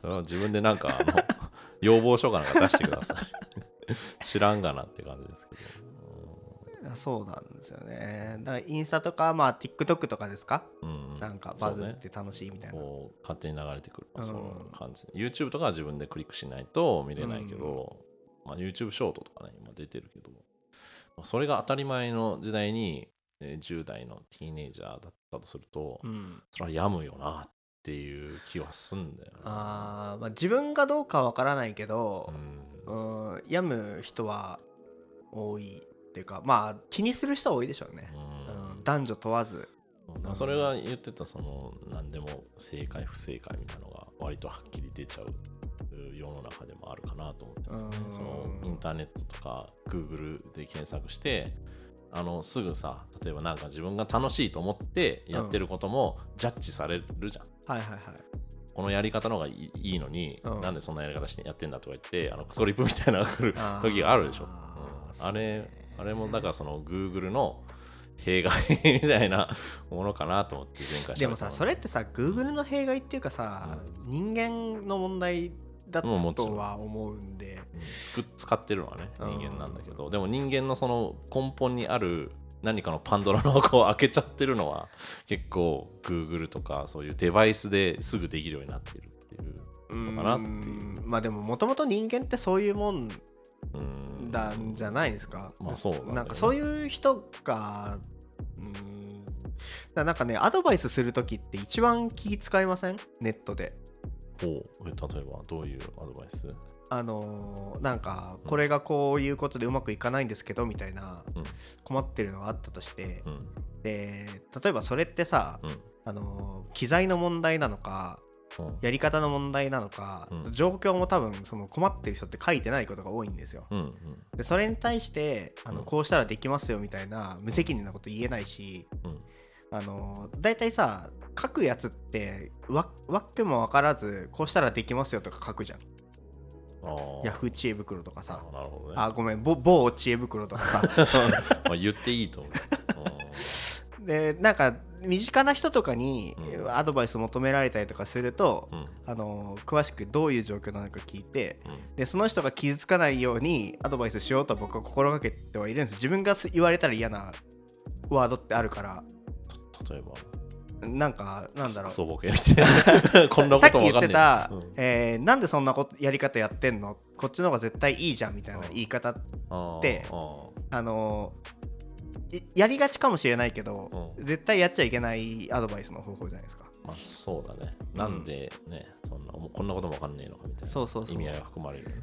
Speaker 1: それは自分でなんかあの 要望書かなんか出してください 知らんがなって感じですけ
Speaker 2: そうなんですよねだからインスタとかまあ TikTok とかですか、
Speaker 1: ど、うんうん、
Speaker 2: なんかバズ
Speaker 1: そうね
Speaker 2: って楽しいみたいな、
Speaker 1: こう勝手に流れてくる、
Speaker 2: うん
Speaker 1: その感じ YouTube とかは自分でクリックしないと見れないけど、まあ、YouTube ショートとかね今出てるけど、まあ、それが当たり前の時代に、えー10代のティーネイジャーだったとすると、
Speaker 2: うん
Speaker 1: それは病むよなっていう気はすんだよね、
Speaker 2: あーまあ自分がどうかわからないけど
Speaker 1: う、
Speaker 2: うんん、病む人は多いっていうかまあ気にする人は多いでしょうね、
Speaker 1: うん
Speaker 2: うん、男女問わず
Speaker 1: まあそれが言ってたその何でも正解不正解みたいなのが割とはっきり出ちゃう世の中でもあるかなと思ってますね
Speaker 2: うん
Speaker 1: そのインターネットとか Google で検索してあのすぐさ例えばなんか自分が楽しいと思ってやってることもジャッジされるじゃん、
Speaker 2: はいはいはい
Speaker 1: このやり方の方がいいいいのに、
Speaker 2: うん
Speaker 1: なんでそんなやり方してやってんだとか言ってあのクソリップみたいなのが来る
Speaker 2: あー
Speaker 1: 時があるでしょ、うん
Speaker 2: そう
Speaker 1: あ
Speaker 2: ね
Speaker 1: れあれもだからその Google の弊害みたいなものかなと思って前回喋った
Speaker 2: でもさそれってさ Google の弊害っていうかさ、人間の問題だ
Speaker 1: うんもちろん
Speaker 2: とは思うんで、
Speaker 1: うんつく使ってるのはね
Speaker 2: うん
Speaker 1: 人間なんだけどでも人間のその根本にある何かのパンドラの箱を開けちゃってるのは結構 Google とかそういうデバイスですぐできるようになってるっていう
Speaker 2: うん
Speaker 1: かなっていう
Speaker 2: まあでももともと人間ってそういうもん
Speaker 1: うん
Speaker 2: だんじゃないですか、
Speaker 1: まあそうだね
Speaker 2: なんかそういう人がうんだなんかねアドバイスする時って一番気使いませんネットで
Speaker 1: ほうえ例えばどういうアドバイス、う
Speaker 2: あのーなんかこれがこういうことでうまくいかないんですけどみたいな
Speaker 1: うん
Speaker 2: 困ってるのがあったとして、
Speaker 1: ん
Speaker 2: で例えばそれってさ、
Speaker 1: うん
Speaker 2: あのー機材の問題なのか
Speaker 1: うん
Speaker 2: やり方の問題なのか、
Speaker 1: うん
Speaker 2: 状況も多分その困ってる人って書いてないことが多いんですよ
Speaker 1: うん
Speaker 2: でそれに対してあの
Speaker 1: うん
Speaker 2: こうしたらできますよみたいな無責任なこと言えないし、
Speaker 1: うんうん
Speaker 2: あの大体さ書くやつってわわっけも分からずこうしたらできますよとか書くじゃん
Speaker 1: あー
Speaker 2: ヤフー知恵袋とかさ
Speaker 1: あなるほどね
Speaker 2: あごめんぼ某知恵袋とかさ
Speaker 1: まあ言っていい と思う
Speaker 2: でなんか身近な人とかに
Speaker 1: うん
Speaker 2: アドバイス求められたりとかすると、
Speaker 1: うんうん
Speaker 2: あの詳しくどういう状況なのか聞いて
Speaker 1: うん
Speaker 2: でその人が傷つかないようにアドバイスしようと僕は心がけてはいるんです自分がす言われたら嫌なワードってあるから
Speaker 1: 例えば
Speaker 2: なんかなんだろ
Speaker 1: ク
Speaker 2: う
Speaker 1: ソボケみたいな こんな
Speaker 2: さ
Speaker 1: こ
Speaker 2: っき
Speaker 1: ともわ
Speaker 2: 言っ
Speaker 1: かんねえ
Speaker 2: てた、
Speaker 1: な
Speaker 2: えーなんでそんなことやり方やってんのこっちの方が絶対いいじゃんみたいな
Speaker 1: うん
Speaker 2: 言い方、
Speaker 1: うん
Speaker 2: て
Speaker 1: あーあー
Speaker 2: あのーいやりがちかもしれないけど、
Speaker 1: うん
Speaker 2: 絶対やっちゃいけないアドバイスの方法じゃないですか
Speaker 1: まあそうだね。なんでね、そんなもうこんなこともわかんねえのかみたいな
Speaker 2: そうそうそう
Speaker 1: 意味合いが含まれるよね。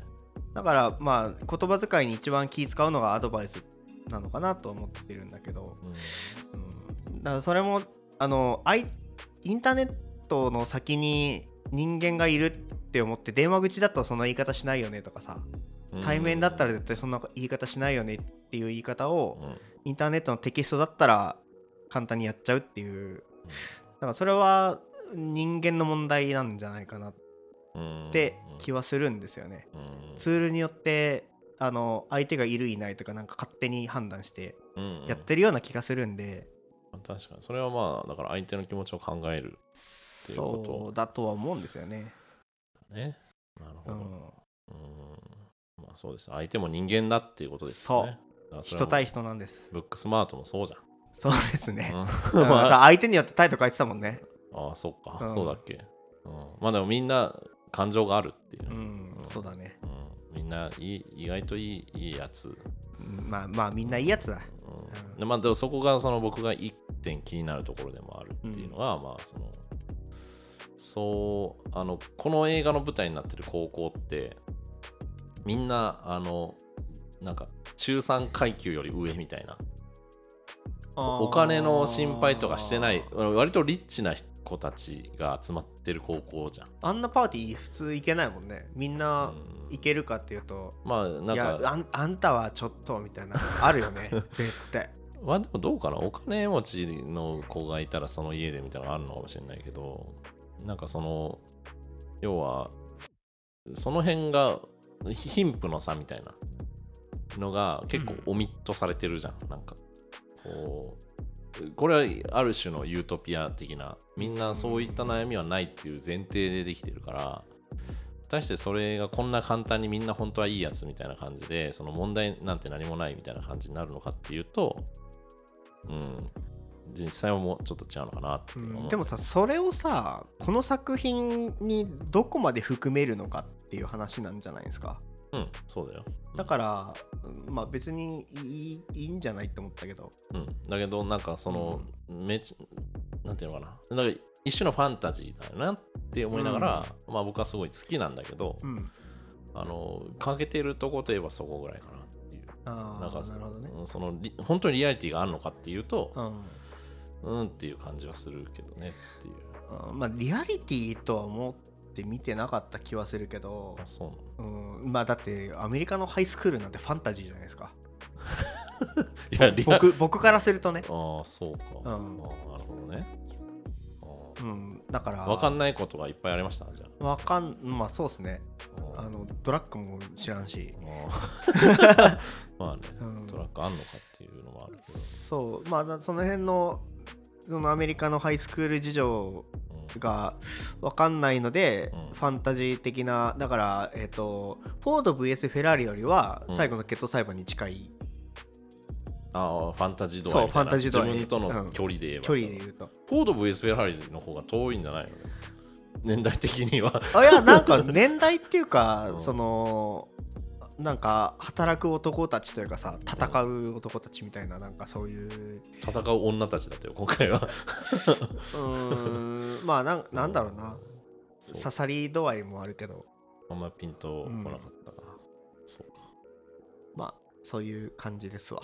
Speaker 2: だからまあ言葉遣いに一番気使うのがアドバイスなのかなと思ってるんだけど、うん、だからそれもあのあいインターネットの先に人間がいるって思って電話口だったらそんな言い方しないよねとかさ、
Speaker 1: うん
Speaker 2: 対面だったら絶対そんな言い方しないよねっていう言い方
Speaker 1: う
Speaker 2: を
Speaker 1: んうん
Speaker 2: インターネットのテキストだったら簡単にやっちゃうっていうだからそれは人間の問題なんじゃないかなっ
Speaker 1: うん
Speaker 2: て気はするんですよね
Speaker 1: うん
Speaker 2: ツールによってあの相手がいるいないとかなんか勝手に判断して
Speaker 1: うんうん
Speaker 2: やってるような気がするんで
Speaker 1: 確かにそれはまあだから相手の気持ちを考えるていうこと
Speaker 2: そうだとは思うんですよね
Speaker 1: ね。なるほ
Speaker 2: う
Speaker 1: ど。
Speaker 2: ん
Speaker 1: うんまあそうです。相手も人間だっていうことですよね。そう。
Speaker 2: 人対人なんです
Speaker 1: ブックスマートもそうじ ゃん。
Speaker 2: そうですね
Speaker 1: うん
Speaker 2: うん
Speaker 1: まあ
Speaker 2: さ相手によって態度変えてたもんね
Speaker 1: ああ、そっか、
Speaker 2: うん
Speaker 1: そうだっけ。うん、まあでもみんな感情があるっていう
Speaker 2: う
Speaker 1: ね、
Speaker 2: んそうだね
Speaker 1: うんみんないい意外といいいいやつ。
Speaker 2: うんまあまあみんないいやつだ
Speaker 1: うんでまあ、でもそこがその僕が一点気になるところでもあるっていうのが、まあそのそうあのこの映画の舞台になってる高校ってみんなあのなんか中産階級より上みたいなお金の心配とかしてない割とリッチな子たちが集まってる高校じゃん。
Speaker 2: あんなパーティー普通行けないもんねみんな
Speaker 1: うん
Speaker 2: 行けるかっていうと、
Speaker 1: まあなん
Speaker 2: いや
Speaker 1: か
Speaker 2: あんあんたはちょっとみたいなのあるよね絶対
Speaker 1: まあでもどうかなお金持ちの子がいたらその家でみたいなのがあるのかもしれないけどなんかその要はその辺が貧富の差みたいなのが結構オミットされてるじゃん、なんかこうこれはある種のユートピア的なみんなそういった悩みはないっていう前提でできてるから対してそれがこんな簡単にみんな本当はいいやつみたいな感じでその問題なんて何もないみたいな感じになるのかっていうとうん実際はもうちょっと違うのかなって
Speaker 2: う
Speaker 1: いう、
Speaker 2: んでもさそれをさこの作品にどこまで含めるのかっていう話なんじゃないですか
Speaker 1: うんそうだよ
Speaker 2: だから、まあ別にいいいいんじゃないって思ったけど
Speaker 1: うん、だけどなんかその、めちなんていうのかななんか一種のファンタジーだよなって思いながら、まあ僕はすごい好きなんだけど、
Speaker 2: うん
Speaker 1: あの欠けてるとこといえばそこぐらいかなっていう
Speaker 2: あ
Speaker 1: なんか
Speaker 2: あなるほどね
Speaker 1: うんそのリ本当にリアリティがあるのかっていうと
Speaker 2: う、、
Speaker 1: うん、っていう感じはするけどねっていうん
Speaker 2: うんまあリアリティとは思って見てなかった気はするけど
Speaker 1: あ、そうなの
Speaker 2: うん、まあだってアメリカのハイスクールなんてファンタジーじゃないですか
Speaker 1: いやリア
Speaker 2: 僕僕からするとね、
Speaker 1: ああそうか、
Speaker 2: うん
Speaker 1: あーなるほどねあ
Speaker 2: うん、だから
Speaker 1: ーわかん
Speaker 2: な
Speaker 1: ないことがいっぱいありましたじゃ
Speaker 2: わかんまあそうですね
Speaker 1: ああ
Speaker 2: あ
Speaker 1: ー
Speaker 2: のドラッグも知らんし
Speaker 1: あー まあね
Speaker 2: うん
Speaker 1: トラックあんのかっていうのもあるけど、
Speaker 2: そうまあだその辺のそのアメリカのハイスクール事情
Speaker 1: うん
Speaker 2: が分かんないので、
Speaker 1: うん
Speaker 2: ファンタジー的なだから、えっとフォード VS フェラーリよりは
Speaker 1: うん
Speaker 2: 最後の決闘裁判に近い
Speaker 1: ああ、ファンタジードア
Speaker 2: そう
Speaker 1: みたいな
Speaker 2: ファンタジードア
Speaker 1: 自分と
Speaker 2: う
Speaker 1: の
Speaker 2: ん
Speaker 1: 距離で言えば。
Speaker 2: 距離で言うと、
Speaker 1: フォード VS フェラーリの方が遠いんじゃないの年代的には。
Speaker 2: あいやなんか年代っていうか、
Speaker 1: うん
Speaker 2: そのなんか働く男たちというかさ戦う男たちみたいななんかそういう
Speaker 1: 戦う女たちだったよ、今回は。
Speaker 2: うーんまあなんなんだろうな
Speaker 1: そう
Speaker 2: 刺さり度合いもあるけど
Speaker 1: あんまピンとこなかったな。そうか。
Speaker 2: まあそういう感じですわ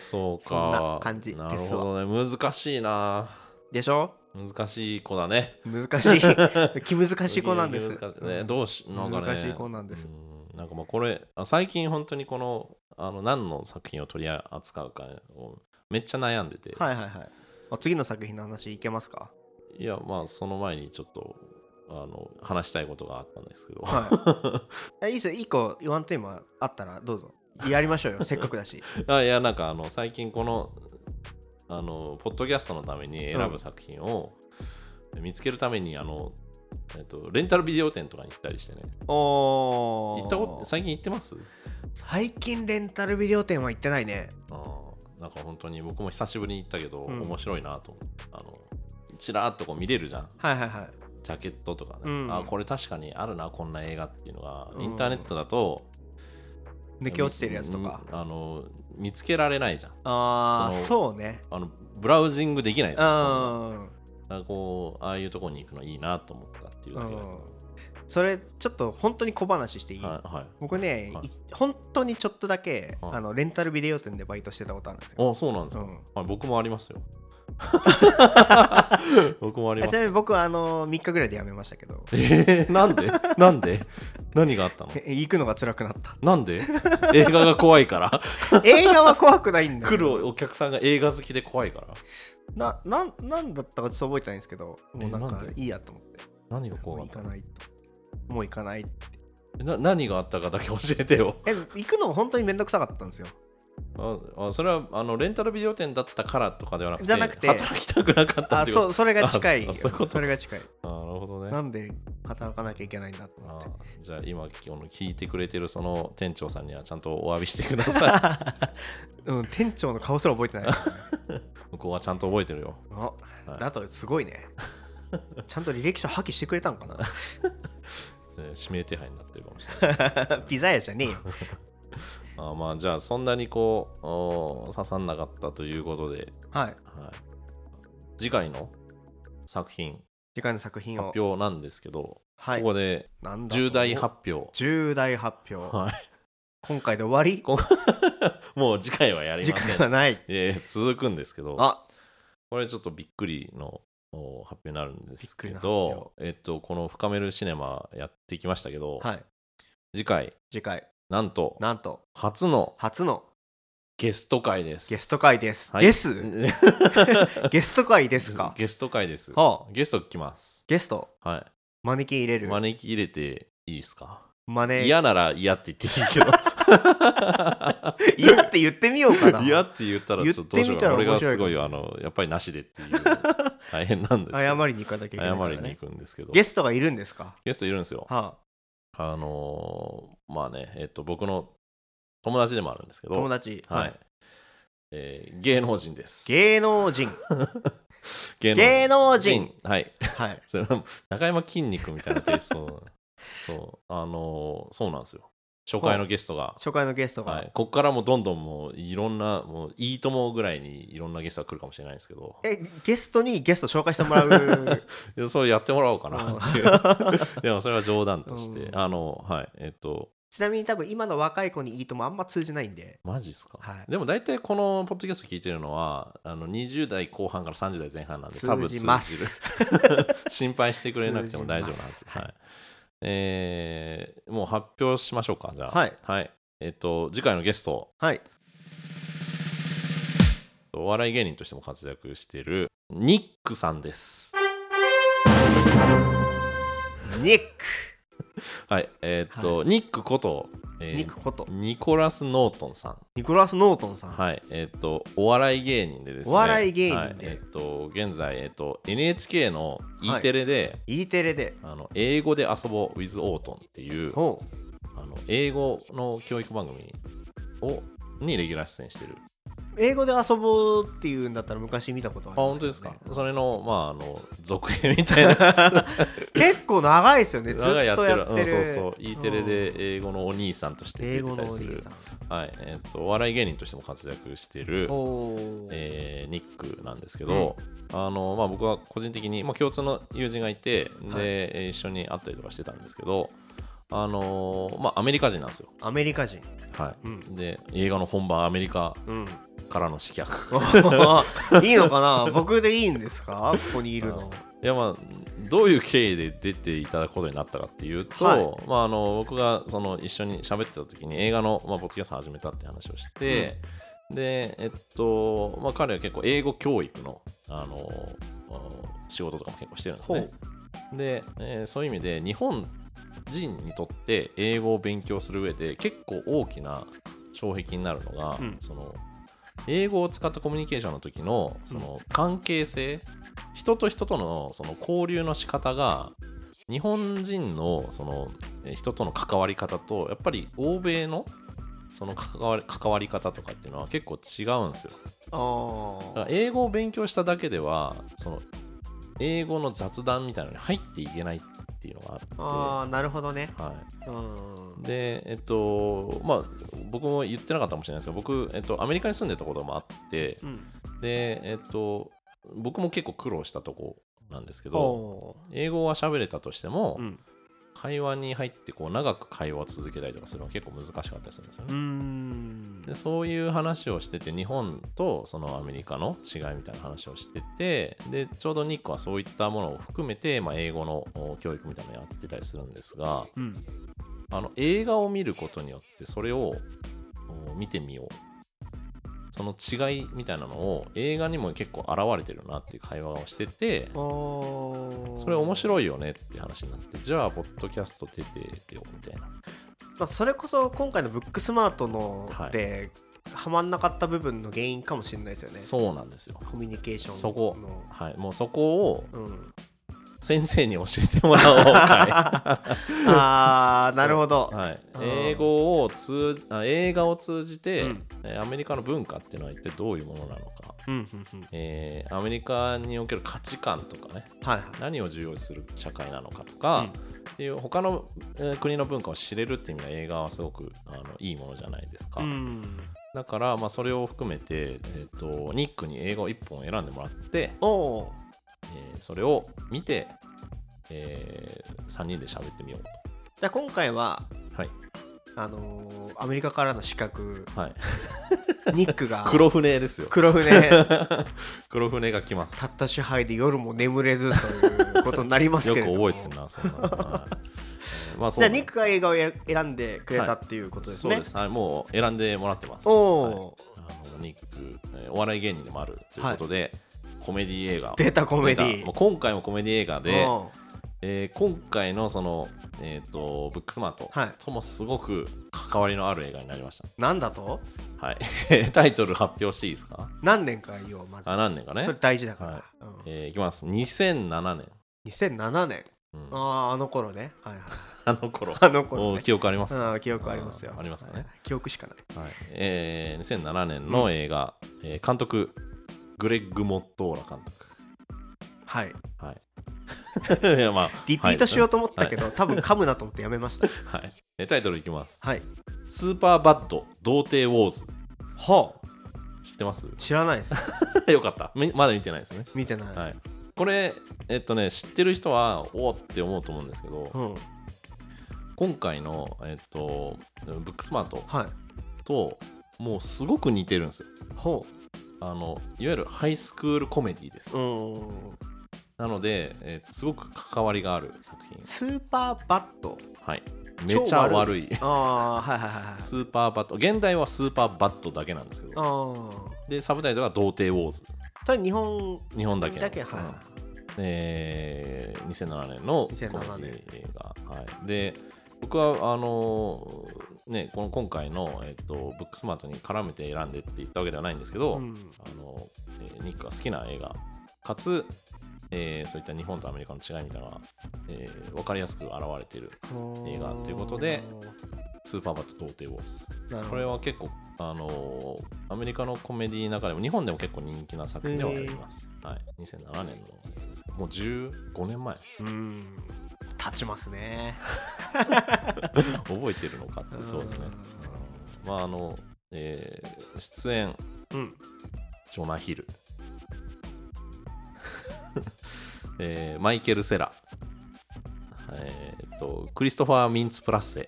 Speaker 1: そうか。
Speaker 2: そんな感じですわ
Speaker 1: なるほどね。難しいな。
Speaker 2: でしょ
Speaker 1: 難しい子だね。
Speaker 2: 難しい 気難しい子なんです、
Speaker 1: 難しいね、どうし、なんかね。
Speaker 2: 難しい子なんです
Speaker 1: うん。なんかまあこれ、あ最近本当にこの、あの何の作品を取り扱うかをめっちゃ悩んでて。
Speaker 2: はいはいはいあ次の作品の話いけま すか
Speaker 1: いや、まあ、その前にちょっと、あの、話したいことがあったんですけど。
Speaker 2: はいえいいですよ一個ワンテーマあったらどうぞやりまし ょうよせっかくだし
Speaker 1: あいや、なんか、あの、最近この、あの、ポッドキャストのために選ぶ作品を見つけるために、あの、えっと、レンタルビデオ店とかに行ったりしてね。
Speaker 2: おー
Speaker 1: 行ったこと、最近行ってます
Speaker 2: 最近レンタルビデオ店は行ってないね
Speaker 1: あーなんか本当に僕も久しぶりに行ったけど、
Speaker 2: うん
Speaker 1: 面白いなと思って。あのちらっとこう見れるじゃん
Speaker 2: はいはいはい
Speaker 1: ジャケットとかね、
Speaker 2: うん
Speaker 1: あこれ確かにあるなこんな映画っていうのが、
Speaker 2: うん
Speaker 1: インターネットだと
Speaker 2: 抜け落ちてるやつとか
Speaker 1: うんあの見つけられないじゃん
Speaker 2: ああ
Speaker 1: その
Speaker 2: そうね
Speaker 1: あのブラウジングできないじ
Speaker 2: う
Speaker 1: ゃん
Speaker 2: ん
Speaker 1: そんなだからこうああいうとこに行くのいいなと思ったっていうだけだけど、
Speaker 2: それちょっと本当に小話していい、
Speaker 1: はいはい
Speaker 2: 僕ね、
Speaker 1: はい
Speaker 2: い本当にちょっとだけ、
Speaker 1: はい
Speaker 2: あのレンタルビデオ店でバイトしてたことあるんですよ、
Speaker 1: あそうなんです
Speaker 2: う
Speaker 1: か、
Speaker 2: ん、
Speaker 1: はい、僕もあり ますよ僕もあり
Speaker 2: あ
Speaker 1: ま
Speaker 2: ちな
Speaker 1: す
Speaker 2: みに僕はあの3日ぐらいで辞めましたけど
Speaker 1: えー、なんでなんで何があったの
Speaker 2: え 行くのが辛くなった
Speaker 1: なんで映画が怖いから
Speaker 2: 映画は怖くないんだ
Speaker 1: 来
Speaker 2: けど
Speaker 1: るお客さんが映画好きで怖いから
Speaker 2: ななんなんだったかちょっと覚えてないんですけどもうなん
Speaker 1: えな
Speaker 2: か
Speaker 1: んで
Speaker 2: いいやと思って
Speaker 1: 何が
Speaker 2: もう
Speaker 1: 怖
Speaker 2: 行
Speaker 1: か
Speaker 2: か
Speaker 1: っ
Speaker 2: ないともう行かない
Speaker 1: たな何があったかだけ教えてよ
Speaker 2: え行くの本当にめんどくさかったんですよ
Speaker 1: ああそれはあのレンタルビデオ店だったからとかではなくて
Speaker 2: じゃなくて
Speaker 1: 働きたくなかったっ
Speaker 2: あ
Speaker 1: ていうこ
Speaker 2: そ
Speaker 1: と
Speaker 2: うそれが近い
Speaker 1: あそういうこと
Speaker 2: それが近い
Speaker 1: あなるほどね
Speaker 2: なんで働かなきゃいけないんだと思って
Speaker 1: あーじゃあ今今日の聞いてくれてるその店長さんにはちゃんとお詫びしてくださ
Speaker 2: うん、店長の顔すら覚えてない、
Speaker 1: い 向こうはちゃんと覚えてるよ
Speaker 2: あ
Speaker 1: はい
Speaker 2: だとすごい ねちゃんと履歴書破棄してくれたのか
Speaker 1: えー指名手配になってるかもしれない
Speaker 2: なピザ屋じゃねえよ
Speaker 1: あーまあじゃあそんなにこうおー刺さんなかったということで、
Speaker 2: はい
Speaker 1: はい、次回の作品
Speaker 2: 次回の作品を
Speaker 1: 発表なんですけど、
Speaker 2: はい
Speaker 1: ここで
Speaker 2: なんだろう
Speaker 1: 重大発表
Speaker 2: 重大発表
Speaker 1: は
Speaker 2: 今回で終わり
Speaker 1: こ もう次回はやり
Speaker 2: 次
Speaker 1: ませ
Speaker 2: 回
Speaker 1: ん
Speaker 2: はない
Speaker 1: えー続くんですけど
Speaker 2: あ
Speaker 1: これちょっとびっくりのお発表になるんですけ
Speaker 2: びっくりの発
Speaker 1: ど、えっと、この「深めるシネマ」やってきましたけど、
Speaker 2: はい
Speaker 1: 次回
Speaker 2: 次回
Speaker 1: なんと
Speaker 2: なんと
Speaker 1: 初の
Speaker 2: 初の
Speaker 1: ゲスト会です。
Speaker 2: ゲスト会です。
Speaker 1: はい。
Speaker 2: です。ゲスト会ですか
Speaker 1: ゲスト会です。
Speaker 2: はあ、
Speaker 1: ゲスト来ます。
Speaker 2: ゲスト、
Speaker 1: は
Speaker 2: 招き入れ
Speaker 1: い。
Speaker 2: る。
Speaker 1: 招き入れていいですか
Speaker 2: 真似。
Speaker 1: 嫌なら嫌って言っていいけ ど。
Speaker 2: いやって言ってみよ うかな。
Speaker 1: 嫌って言ったらちょっとどうしようかな。
Speaker 2: 言ってみたら
Speaker 1: 俺
Speaker 2: 面
Speaker 1: が
Speaker 2: 白い
Speaker 1: す
Speaker 2: かも
Speaker 1: ごい、あの、やっぱりなしでっていう、大変なんですけど。
Speaker 2: 謝りに行かなきゃいけないか
Speaker 1: 謝
Speaker 2: ら、ね。
Speaker 1: りに行くんですけど。
Speaker 2: ゲストがいるんですか。
Speaker 1: ゲストいるんですよ。
Speaker 2: は
Speaker 1: あのーまあね、えっと、僕の友達でもあるんですけ
Speaker 2: あ、
Speaker 1: ど。
Speaker 2: 友達。
Speaker 1: はい。。えー芸能人です。
Speaker 2: 芸能人。
Speaker 1: 芸
Speaker 2: 芸能人。
Speaker 1: はい。
Speaker 2: はい。
Speaker 1: それは中山筋肉みたいなテイスト。 そう。あのーそうなんですよ。初回のゲストが。
Speaker 2: 初回のゲストが。
Speaker 1: はい、ここからもうどんどんもういろんな、もういいともぐらいにいろんなゲストが来るかもしれないんですけど、
Speaker 2: え、ゲストにゲスト紹介しても らう。
Speaker 1: でそうやってもらおうかなっていう。でもそれは冗談として、
Speaker 2: うん
Speaker 1: あの、はい、えっと、
Speaker 2: ちなみに多分今の若い子にいいともあんま通じないんで。
Speaker 1: マジっすか、
Speaker 2: はい
Speaker 1: でも大体このポッドキャスト聞いてるのは、あの20代後半から30代前半なんで、多分
Speaker 2: 通
Speaker 1: 通
Speaker 2: じ
Speaker 1: じ
Speaker 2: ま
Speaker 1: ますす。。 心配してくれなくても大丈夫なんです
Speaker 2: 通。じます
Speaker 1: はい
Speaker 2: はい
Speaker 1: えーもう発表しましょうか、じゃあ。
Speaker 2: はい
Speaker 1: えっと、次回のゲスト、
Speaker 2: はい。
Speaker 1: お笑い芸人としても活躍しているニックさんです。
Speaker 2: ニック。
Speaker 1: はい、えーっと、ニックこと、えー
Speaker 2: ニックこと。
Speaker 1: ニコラス・ノートンさん。
Speaker 2: ニコラス・ノートンさん。
Speaker 1: はい、えーっと、お笑い芸人でですね。
Speaker 2: お笑い芸人で
Speaker 1: はいえーっと、現在、えーっと、NHK の E テレで、
Speaker 2: E テレで。
Speaker 1: あの英語で遊ぼう with オートンっていう
Speaker 2: ほう。
Speaker 1: あの英語の教育番組をにレギュラー出演してる。
Speaker 2: 英語で遊ぼうっていうんだったら昔見たことあ
Speaker 1: あ、
Speaker 2: りま
Speaker 1: 本
Speaker 2: す
Speaker 1: 当
Speaker 2: けどね
Speaker 1: ですか。それの、まあ、あの、続編みた いなやつ。
Speaker 2: 結構長いですよね。ずっと
Speaker 1: 長い
Speaker 2: やってる。
Speaker 1: うん、そうそう。E テレ
Speaker 2: うん。
Speaker 1: で英語のお兄さんとして
Speaker 2: 英
Speaker 1: 出
Speaker 2: 語
Speaker 1: てたり
Speaker 2: のお兄
Speaker 1: する
Speaker 2: さ。ん。
Speaker 1: はい。えっ、と、お笑い芸人としても活躍してる、
Speaker 2: おー
Speaker 1: えーニックなんですけど、あの、まあ、僕は個人的に、まあ、共通の友人がいて、で、
Speaker 2: はい
Speaker 1: えー一緒に会ったりとかしてたんですけど、あのーまあ、アメリカ人なんですよ。
Speaker 2: アメリカ人。
Speaker 1: は
Speaker 2: う
Speaker 1: い。
Speaker 2: ん。
Speaker 1: で、映画の本番アメリカ
Speaker 2: うん。
Speaker 1: からの刺客。
Speaker 2: いいのかな僕でいいんですかここにいるの。
Speaker 1: いやまあどういう経緯で出ていただくことになったかっていうと、
Speaker 2: はい
Speaker 1: まあ、あの僕がその一緒に喋ってた時に映画の、まあ、ポッドキャスト始めたって話をして、でえっと、まあ、彼は結構英語教育のあのあ仕事とかも結構してるんです
Speaker 2: ほ
Speaker 1: ね
Speaker 2: う。
Speaker 1: で、えーそういう意味で日本人にとって英語を勉強する上で結構大きな障壁になるのが、
Speaker 2: うん
Speaker 1: その英語を使ったコミュニケーションの時のその関係性、人と人とのその交流の仕方が日本人のそのえー人との関わり方とやっぱり欧米のその関わり関わり方とかっていうのは結構違うんですよ。だか
Speaker 2: あ
Speaker 1: ら英語を勉強しただけではその英語の雑談みたいなのに入っていけないっていうのが
Speaker 2: ー
Speaker 1: あ
Speaker 2: あー、なるほどね
Speaker 1: っ。て、はい、
Speaker 2: うん。
Speaker 1: でえっとまあ僕も言ってなかったかもしれないですけど僕、えっと、アメリカに住んでたこともあって
Speaker 2: うん。
Speaker 1: でえっと僕も結構苦労したとこなんですけど
Speaker 2: ほ
Speaker 1: 英語は喋れたとしても、
Speaker 2: う。うん。
Speaker 1: 会話に入ってこう長く会話を続けたりとかするのは結構難しかったりするんですよね
Speaker 2: うー。ん
Speaker 1: でそういう話をしてて日本とそのアメリカの違いみたいな話をしててでちょうどニックはそういったものを含めて、まあ、英語のお教育みたいなのやってたりするんですが
Speaker 2: うん。
Speaker 1: あの映画を見ることによってそれをお見てみようその違いみたいなのを映画にも結構現れてるなっていう会話をしてて
Speaker 2: お
Speaker 1: それ面
Speaker 2: い。
Speaker 1: 白いよねっていう話になってじゃあポッドキャスト出てよみたいな
Speaker 2: まあ、それこそ今回のブックスマートの
Speaker 1: はい
Speaker 2: で、はまんなかった部分の原因かもしれないですよね。
Speaker 1: そうなんですよ
Speaker 2: コミュニケーションの
Speaker 1: そこはいもうそこを
Speaker 2: うん、
Speaker 1: 先生に教えてもらおうか
Speaker 2: ああなるほど
Speaker 1: い、はい
Speaker 2: あ、ー
Speaker 1: 英語を通じあ映画を通じて、
Speaker 2: うん
Speaker 1: えーアメリカの文化っていうのは一体どういうものなのか、
Speaker 2: うんうんうん
Speaker 1: えーアメリカにおける価値観とかね
Speaker 2: はいはい
Speaker 1: 何を重要視する社会なのかとか、っていう他の、えー国の文化を知れるっていう意味では映画はすごくあのいいものじゃないですか、
Speaker 2: うん
Speaker 1: だから、まあ、それを含めて、えー、とニックに映画を1本選んでもらって、
Speaker 2: おお
Speaker 1: えーそれを見て、え3人で喋ってみようと。
Speaker 2: じゃあ今回は
Speaker 1: はい
Speaker 2: あのーアメリカからの資格
Speaker 1: はい、
Speaker 2: ニックが
Speaker 1: 黒船ですよ
Speaker 2: 黒船
Speaker 1: 黒船が来ま
Speaker 2: た
Speaker 1: す
Speaker 2: った支配で夜も眠れずということになります
Speaker 1: よ
Speaker 2: け
Speaker 1: く
Speaker 2: れども
Speaker 1: 覚えてるなそんなの、はいえーまあ
Speaker 2: じゃあニックが映画を選んでくれたっていうことですね、
Speaker 1: そうですはいもう選んでもらってます
Speaker 2: おお、
Speaker 1: はいニック、えーお笑い芸人でもあるということで、コメディ映画を
Speaker 2: 出たコメディ
Speaker 1: もう今回もコメディ映画で、
Speaker 2: うん
Speaker 1: えー今回のその、えー、とブックスマート
Speaker 2: はい
Speaker 1: ともすごく関わりのある映画になりまし
Speaker 2: なんだと
Speaker 1: た、はい、 タイトル発表していいですか
Speaker 2: 何年か言おうまず
Speaker 1: あ何年かね
Speaker 2: それ、大事だから、
Speaker 1: はい
Speaker 2: うん
Speaker 1: えーいきます2007年、
Speaker 2: 2007年
Speaker 1: うんあ
Speaker 2: あああの頃ねはい はい
Speaker 1: の 頃
Speaker 2: あの頃
Speaker 1: お
Speaker 2: ね
Speaker 1: 記憶ありますか、
Speaker 2: うん記憶ありますよ
Speaker 1: あありますかね
Speaker 2: はい記憶しかない
Speaker 1: はいえー2007年の映画、えー監督グレッグ・モットーラ監督
Speaker 2: はい
Speaker 1: はい いやまあ
Speaker 2: リピートしよう
Speaker 1: と、
Speaker 2: と思ったけど、多分噛むなと思ってやめました
Speaker 1: はいはいえータイトルいきます
Speaker 2: はい
Speaker 1: 「スーパーバッド童貞ウォーズ
Speaker 2: はあ」
Speaker 1: 知ってます
Speaker 2: 知らないです
Speaker 1: よかったみまだ見てないですね
Speaker 2: 見てない、
Speaker 1: はい、これ、えっとね、知ってる人はおーって思うと思うんですけど、
Speaker 2: うん
Speaker 1: 今回の、えっと、ブックスマート
Speaker 2: はい
Speaker 1: ともうすごく似てるんですよ
Speaker 2: ほ
Speaker 1: あのいわゆるハイスクールコメディです、
Speaker 2: ううん
Speaker 1: なので、えっとすごく関わりがある作品、
Speaker 2: スーパーバット
Speaker 1: はい、めちゃ
Speaker 2: 超
Speaker 1: 悪い
Speaker 2: ああーはいはいはいはい
Speaker 1: スーパーバット現代はスーパーバットだけなんですけど
Speaker 2: ああ
Speaker 1: でサブタイトルが「童貞ウォーズ
Speaker 2: それ日本」
Speaker 1: 日本だけ
Speaker 2: だけ
Speaker 1: うん
Speaker 2: は
Speaker 1: えー2007年のコメデ
Speaker 2: 2007年
Speaker 1: ィ映画、はい、で僕はあのーね、この今回の、えっとブックスマートに絡めて選んでって言ったわけではないんですけ
Speaker 2: い、
Speaker 1: ど、
Speaker 2: うん
Speaker 1: あのえーニックが好きな映画かつ、えーそういった日本とアメリカの違いみたいなのが、えー分かりやすく表れている映画ということでスーパーバット童貞ウォーズ
Speaker 2: なる
Speaker 1: こ
Speaker 2: ほ
Speaker 1: れ
Speaker 2: ど
Speaker 1: は結構、あのーアメリカのコメディの中でも日本でも結構人気な作品ではあります、はい、2007年のやつですもう15年前
Speaker 2: うん立ちますね
Speaker 1: 覚えてるのかっていう当時ねう
Speaker 2: うん
Speaker 1: んまああの、えー出演
Speaker 2: うん
Speaker 1: ジョナヒル えーマイケル・セラえーっとクリストファー・ミンツ・プラッセ、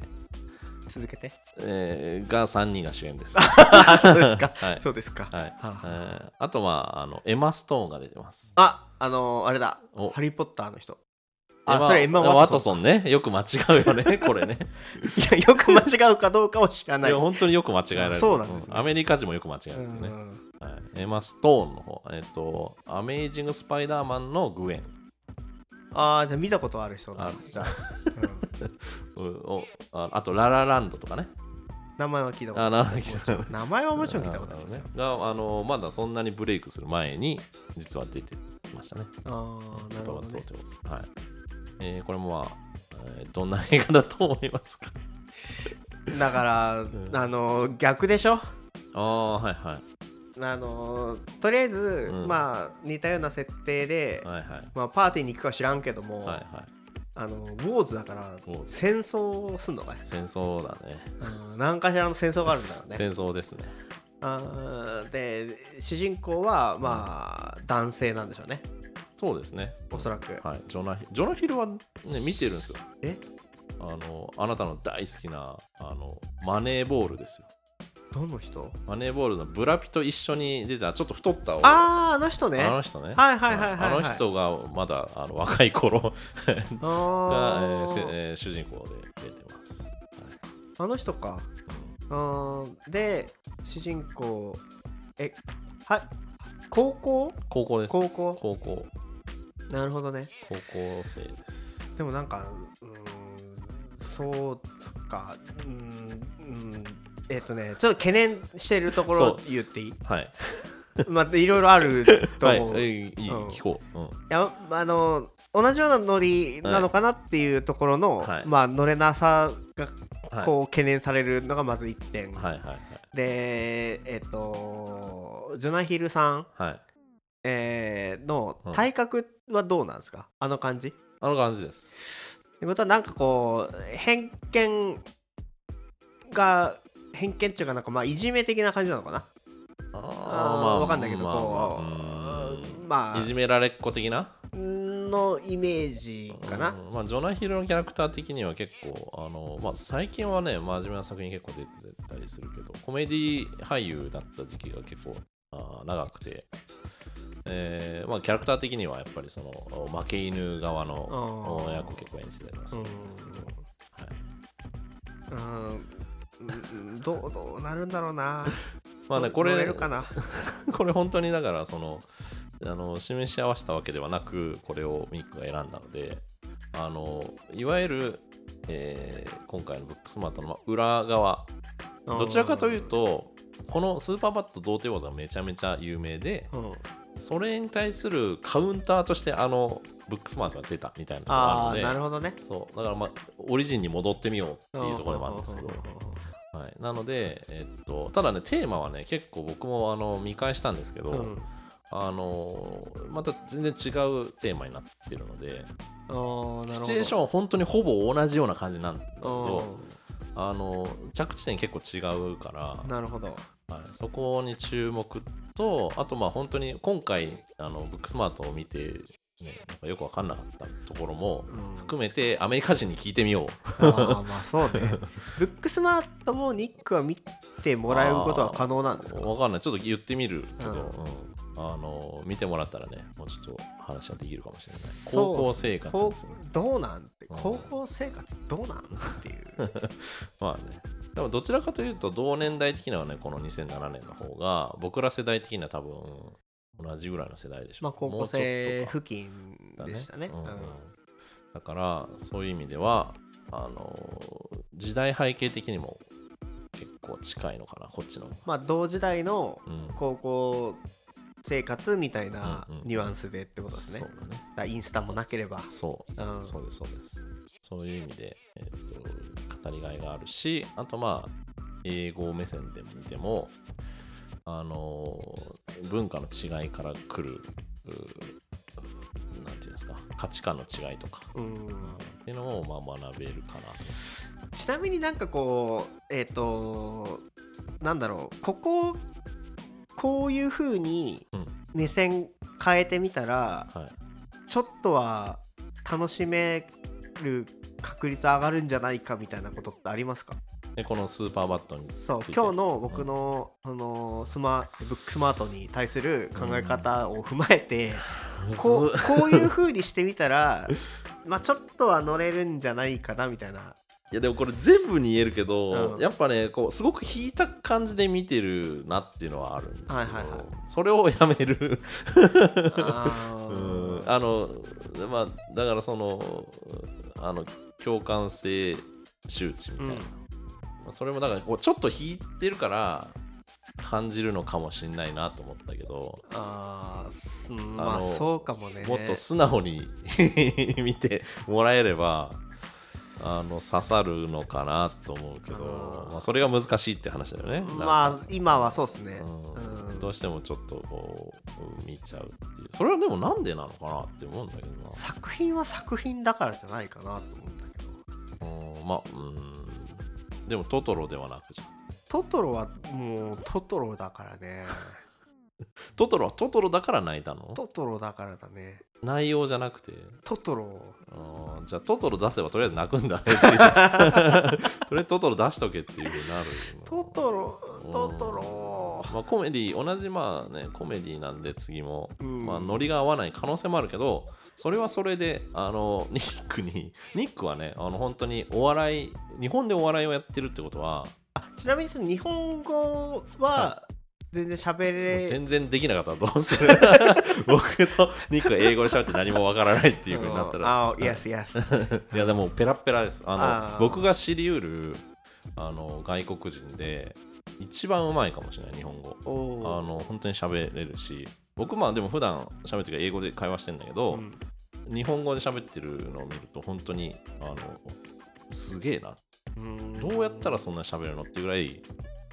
Speaker 2: 続 けて
Speaker 1: えーが3人が主演 です、
Speaker 2: あそうですか、
Speaker 1: はい
Speaker 2: そうですか、
Speaker 1: はい
Speaker 2: は
Speaker 1: え
Speaker 2: あ
Speaker 1: ーあとはあのエマ・ストーンが出てます
Speaker 2: ああのーあれだ
Speaker 1: お
Speaker 2: ハリー・ポッターの人
Speaker 1: エ
Speaker 2: あそれエマ・
Speaker 1: ワ
Speaker 2: ワ
Speaker 1: ト
Speaker 2: トソ
Speaker 1: ソンね。よく間違うよ ね、これね。
Speaker 2: ンいやよく間違うかどうかは知ら
Speaker 1: い
Speaker 2: ない
Speaker 1: や、本当によく間違えられる。
Speaker 2: そうなんですね
Speaker 1: アメリカ人もよく間違えるん
Speaker 2: う
Speaker 1: だよね。
Speaker 2: ん
Speaker 1: はいエマ・ストーンの方、えっ、と、アメイジング・スパイダーマンのグエン
Speaker 2: ああじゃあ見たことある人だ
Speaker 1: あ
Speaker 2: じゃあ、うん
Speaker 1: うおああと、ララランドとかね。
Speaker 2: 名前は聞いたこと
Speaker 1: あ、
Speaker 2: あ
Speaker 1: なるほど
Speaker 2: る。名前はもちろん聞いたことある
Speaker 1: な
Speaker 2: ね
Speaker 1: るほどね。が、あの、まだそんなにブレイクする前に、実は出てましたね。
Speaker 2: ああ
Speaker 1: ス
Speaker 2: な
Speaker 1: ー
Speaker 2: る
Speaker 1: パーバ
Speaker 2: ほど
Speaker 1: ット
Speaker 2: ね
Speaker 1: ってことです。はい。えーこれもまあ、えーどんな映画だと思いますか
Speaker 2: だから、
Speaker 1: ん
Speaker 2: あのー逆でしょ
Speaker 1: ああ、はいはい。
Speaker 2: あのーとりあえず、
Speaker 1: うん
Speaker 2: まあ似たような設定で、
Speaker 1: はいはい。
Speaker 2: まあ、パーティーに行くか知らんけど
Speaker 1: は
Speaker 2: も、
Speaker 1: いはい。
Speaker 2: あのウォーズだから
Speaker 1: ウォーズ
Speaker 2: 戦争をすんのかい、
Speaker 1: 戦争だね。
Speaker 2: うん、何かしらの戦争があるんだろうね
Speaker 1: 戦争ですね。
Speaker 2: あーで主人公はまあ、男性なんでしょうね
Speaker 1: そうですね。
Speaker 2: おそらく
Speaker 1: はい、ジョナヒジョナヒルは、ね、見てるんですよ。
Speaker 2: え
Speaker 1: あのあなたの大好きなあのマネーボールですよ。
Speaker 2: どの人
Speaker 1: マネーボールのブラピと一緒に出たちょっと太った
Speaker 2: あああの人ね
Speaker 1: あの人ね。
Speaker 2: はいはいはいはいはい
Speaker 1: あの人がまだあの若い頃 が、え
Speaker 2: あ
Speaker 1: ーせ
Speaker 2: ー
Speaker 1: えー主人公で出てます。
Speaker 2: あの人かうーんで主人公えは高校
Speaker 1: 高校です。
Speaker 2: 高校
Speaker 1: 高校
Speaker 2: なるほどね
Speaker 1: 高校生です。
Speaker 2: でもなんかうーんそうそっかうーんうーんえっ、とねちょっと懸念してるところ
Speaker 1: そ
Speaker 2: 言っていい
Speaker 1: はい。
Speaker 2: まあいろいろあると
Speaker 1: はい、え
Speaker 2: 思う、い
Speaker 1: ーいい、
Speaker 2: うん
Speaker 1: 聞こう。うん
Speaker 2: やあの同じようなノリなのかなっていうところの、
Speaker 1: はい
Speaker 2: まあ乗れなさが
Speaker 1: はい、
Speaker 2: こう懸念されるのがまず1点、
Speaker 1: はいはい
Speaker 2: でえっ、とジョナヒルさん、
Speaker 1: はい。はい、
Speaker 2: えーの
Speaker 1: うん
Speaker 2: 体格はどうなんですか、あの感じっ
Speaker 1: あの感じです。
Speaker 2: てことはなんかこう偏見が偏見っていうかなんかまあいじめ的な感じなのかな
Speaker 1: あー
Speaker 2: あーわかんないけど
Speaker 1: まあ
Speaker 2: こうまあ
Speaker 1: いじめられっ子的な
Speaker 2: のイメージかな、
Speaker 1: うんまあ、ジョナヒルのキャラクター的には結構あの、まあ、最近はね真面目な作品結構出てたりするけどコメディ俳優だった時期が結構あー長くて、えーまあ、キャラクター的にはやっぱりその負け犬側の
Speaker 2: あー
Speaker 1: 役を結構演じてたりはす
Speaker 2: う
Speaker 1: る
Speaker 2: ん
Speaker 1: んですけど、はい
Speaker 2: うんうんどうどうなるんだろうな
Speaker 1: まあねこれ
Speaker 2: 乗れるかな
Speaker 1: これ本当にだからそのあの示し合わせたわけではなくこれをミックが選んだのであのいわゆる、えー今回のブックスマートのまあ裏側どちらかというとこのスーパーバット童貞王座がめちゃめちゃ有名で
Speaker 2: うん、うん
Speaker 1: それに対するカウンターとしてあのブックスマートが出たみたいなところが
Speaker 2: あ
Speaker 1: あ
Speaker 2: あ
Speaker 1: る
Speaker 2: な
Speaker 1: の
Speaker 2: る
Speaker 1: で
Speaker 2: ほどね
Speaker 1: そうだからまあオリジンに戻ってみようっていうところもあるんですけど
Speaker 2: ううう
Speaker 1: はい、なので、えっと、ただね、テーマはね、結構僕もあの見返したんですけど、
Speaker 2: うんうんうん
Speaker 1: あのまた全然違うテーマになってるので、
Speaker 2: ああなるほど
Speaker 1: シチュエーション
Speaker 2: ン
Speaker 1: は本当にほぼ同じような感じなんだけど、
Speaker 2: う
Speaker 1: あの着地点結構違うか
Speaker 2: んなるほど
Speaker 1: ら、はい、そこに注目と、あと、まあ本当に今回、あのブックスマートを見て、ね、なんかよく分かんなかったところも
Speaker 2: うん
Speaker 1: 含めて、アメリカ人に聞いてみよう。
Speaker 2: ああまあそうねブックスマートもニックは見てもらえることは可能なんですか
Speaker 1: わかんないちょっと言ってみるけど、
Speaker 2: う
Speaker 1: うんんあの見てもらったらねもうちょっと話はできるかもしれない
Speaker 2: そう
Speaker 1: 高校生活
Speaker 2: 高どうなんて
Speaker 1: うん
Speaker 2: 高校生活どうなんっていう
Speaker 1: まあねでもどちらかというと同年代的なのはねこの2007年の方が僕ら世代的には多分同じぐらいの世代でしょ
Speaker 2: まあ高校生
Speaker 1: もうちょっ
Speaker 2: 付近
Speaker 1: とか
Speaker 2: でしたね
Speaker 1: うんうん
Speaker 2: うん
Speaker 1: だからそういう意味ではあの時代背景的にも結構近いのかなこっちの、
Speaker 2: まあ同時代の
Speaker 1: うん、
Speaker 2: 高校生活みたいな
Speaker 1: うんうん
Speaker 2: ニュアンスでってことですね
Speaker 1: そうだね
Speaker 2: だからインスタもなければ
Speaker 1: そう
Speaker 2: うん
Speaker 1: そうです、そうです。そういう意味で、えっと語りがいがあるし、あとまあ、英語目線で見ても、あのー文化の違いから来る、うーなんていうんですか、価値観の違いとか、
Speaker 2: うん
Speaker 1: っていうのをまあ学べるかな
Speaker 2: ちなみになんかこうえっ、となんだろうこここういう風に
Speaker 1: うん
Speaker 2: 目線変えてみたら、
Speaker 1: と。はい。
Speaker 2: ちょっとは楽しめる確率上がるんじゃないかみたいなことってありますか
Speaker 1: で、このスーパーバットについて。
Speaker 2: そう今日の僕の,、あのスマブックスマートに対する考え方を踏まえて、
Speaker 1: むずっ、
Speaker 2: こうこういう風にしてみたらまあちょっとは乗れるんじゃないかなみたい な。
Speaker 1: いやでもこれ全部に言えるけど、
Speaker 2: うん
Speaker 1: やっぱねこうすごく引いた感じで見てるなっていうのはあるんですけど、
Speaker 2: はいはいはい
Speaker 1: それをやめるうん
Speaker 2: あー
Speaker 1: あのまあだからそのあの共感性周知みたいな、
Speaker 2: うん
Speaker 1: まあそれもだからこうちょっと引いてるから感じるのかもしれないなと思ったけど、
Speaker 2: あーすま
Speaker 1: あ
Speaker 2: あ
Speaker 1: の
Speaker 2: そうかもね
Speaker 1: もっと素直に 見てもらえればあの刺さるのかなと思うけど
Speaker 2: あー
Speaker 1: まあ、それが難しいって話だよね。なんか
Speaker 2: まあ今はそうですね、
Speaker 1: うん
Speaker 2: うん
Speaker 1: どうしてもちょっとこう見ちゃうっていうそれはでもなんでなのかなって思うんだけどな。
Speaker 2: 作品は作品だからじゃないかなと思うんだけど
Speaker 1: うんまあうんでもトトロではなくじゃん
Speaker 2: トトロはもうトトロだから ね
Speaker 1: トトロはトトロだから泣いたの
Speaker 2: トトロだからだね
Speaker 1: 内容じゃなくて
Speaker 2: トトロ
Speaker 1: あーじゃあトトロ出せばとりあえず泣くんだね っていう とりあえずトトロ出しとけっていうふうになる
Speaker 2: トトロトトロ
Speaker 1: まあ、コメディ同じまあねコメディなんで次も、
Speaker 2: うん
Speaker 1: まあ、ノリが合わない可能性もあるけどそれはそれであのニックにニックはねあの本当にお笑い日本でお笑いをやってるってことは
Speaker 2: ちなみにその日本語は
Speaker 1: は
Speaker 2: 全然喋れ
Speaker 1: 全然できなかったらどうする 僕とニックが英語で喋って何もわからないっていう風になったら
Speaker 2: ああイエスイエス
Speaker 1: いやでもペラッペラですあの
Speaker 2: あー
Speaker 1: 僕が知りうるあの外国人で一番うまいかもしれない日本語
Speaker 2: お
Speaker 1: あ
Speaker 2: お
Speaker 1: の本当に喋れるし僕まあでも普段喋ってるから英語で会話してんだけど、
Speaker 2: うん
Speaker 1: 日本語で喋ってるのを見ると本当にあのすげえな
Speaker 2: うん
Speaker 1: どうやったらそんなに喋れるのっていうぐらい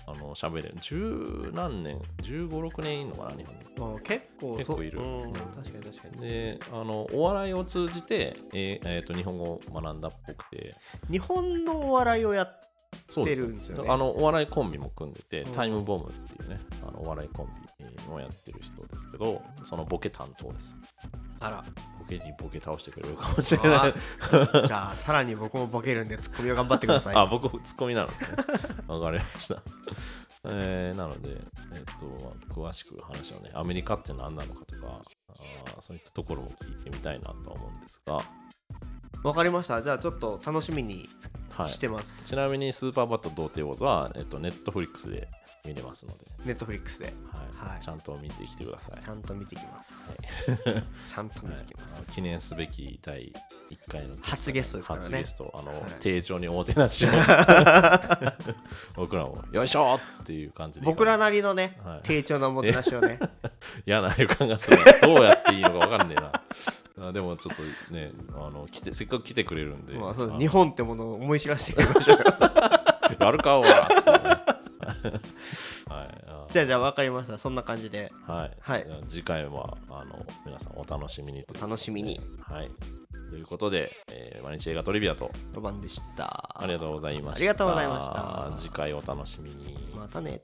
Speaker 1: あの喋れる十何年1 5 6年いんのかな日本に
Speaker 2: あー結構
Speaker 1: 結構いる
Speaker 2: そうん
Speaker 1: うん
Speaker 2: 確かに確かに
Speaker 1: であのお笑いを通じて、えーえーと日本語を学んだっぽくて
Speaker 2: 日本のお笑いをやっ
Speaker 1: そうです
Speaker 2: 出るんですよね
Speaker 1: あのお笑いコンビも組んでて、
Speaker 2: うん
Speaker 1: タイムボムっていうねあのお笑いコンビをやってる人ですけどそのボケ担当です
Speaker 2: あら
Speaker 1: ボケにボケ倒してくれるかもしれ ない
Speaker 2: じゃあさらに僕もボケるんでツッコミを頑張ってく ださい
Speaker 1: あ僕ツッコミなんですね わかりましたえーなので、えっとまあ詳しく話をねアメリカって何なのかとかあーそういったところも聞いてみたいなとは思うんですが
Speaker 2: わかりましたじゃあちょっと楽しみに
Speaker 1: はい
Speaker 2: してます
Speaker 1: ちなみにスーパーバット童貞王座は、えっと、ネットフリックスで見れますので、
Speaker 2: ネットフリックスで
Speaker 1: はい
Speaker 2: はい
Speaker 1: ちゃんと見てきてください
Speaker 2: ち。ゃんと見てきますちゃんと見
Speaker 1: はい
Speaker 2: てきます、
Speaker 1: あの記念すべき第1回の
Speaker 2: 初ゲストですからね
Speaker 1: 初ゲストあの、
Speaker 2: はい
Speaker 1: 丁重におもてなし を僕らもよいしょっていう感じで
Speaker 2: 僕らなりのね、
Speaker 1: はい
Speaker 2: 丁重なおもてなしをね
Speaker 1: 嫌な予感がするどうやっていいのか分かんねえな あでもちょっとねあの来てせっかく来てくれるんで
Speaker 2: まあ そうで
Speaker 1: あ
Speaker 2: す
Speaker 1: の
Speaker 2: 日本ってものを思い知らせていきましょう
Speaker 1: やるかは、 はいあ
Speaker 2: じゃあじゃあ分かりましたそんな感じで
Speaker 1: はい、
Speaker 2: はい
Speaker 1: じゃあ次回はあの皆さんお楽しみにという
Speaker 2: 楽しみに
Speaker 1: はいということで、えー毎日映画トリビアと
Speaker 2: ロバンでした
Speaker 1: ありがとうございました。
Speaker 2: ありがとうございました
Speaker 1: 次回お楽しみに。
Speaker 2: またね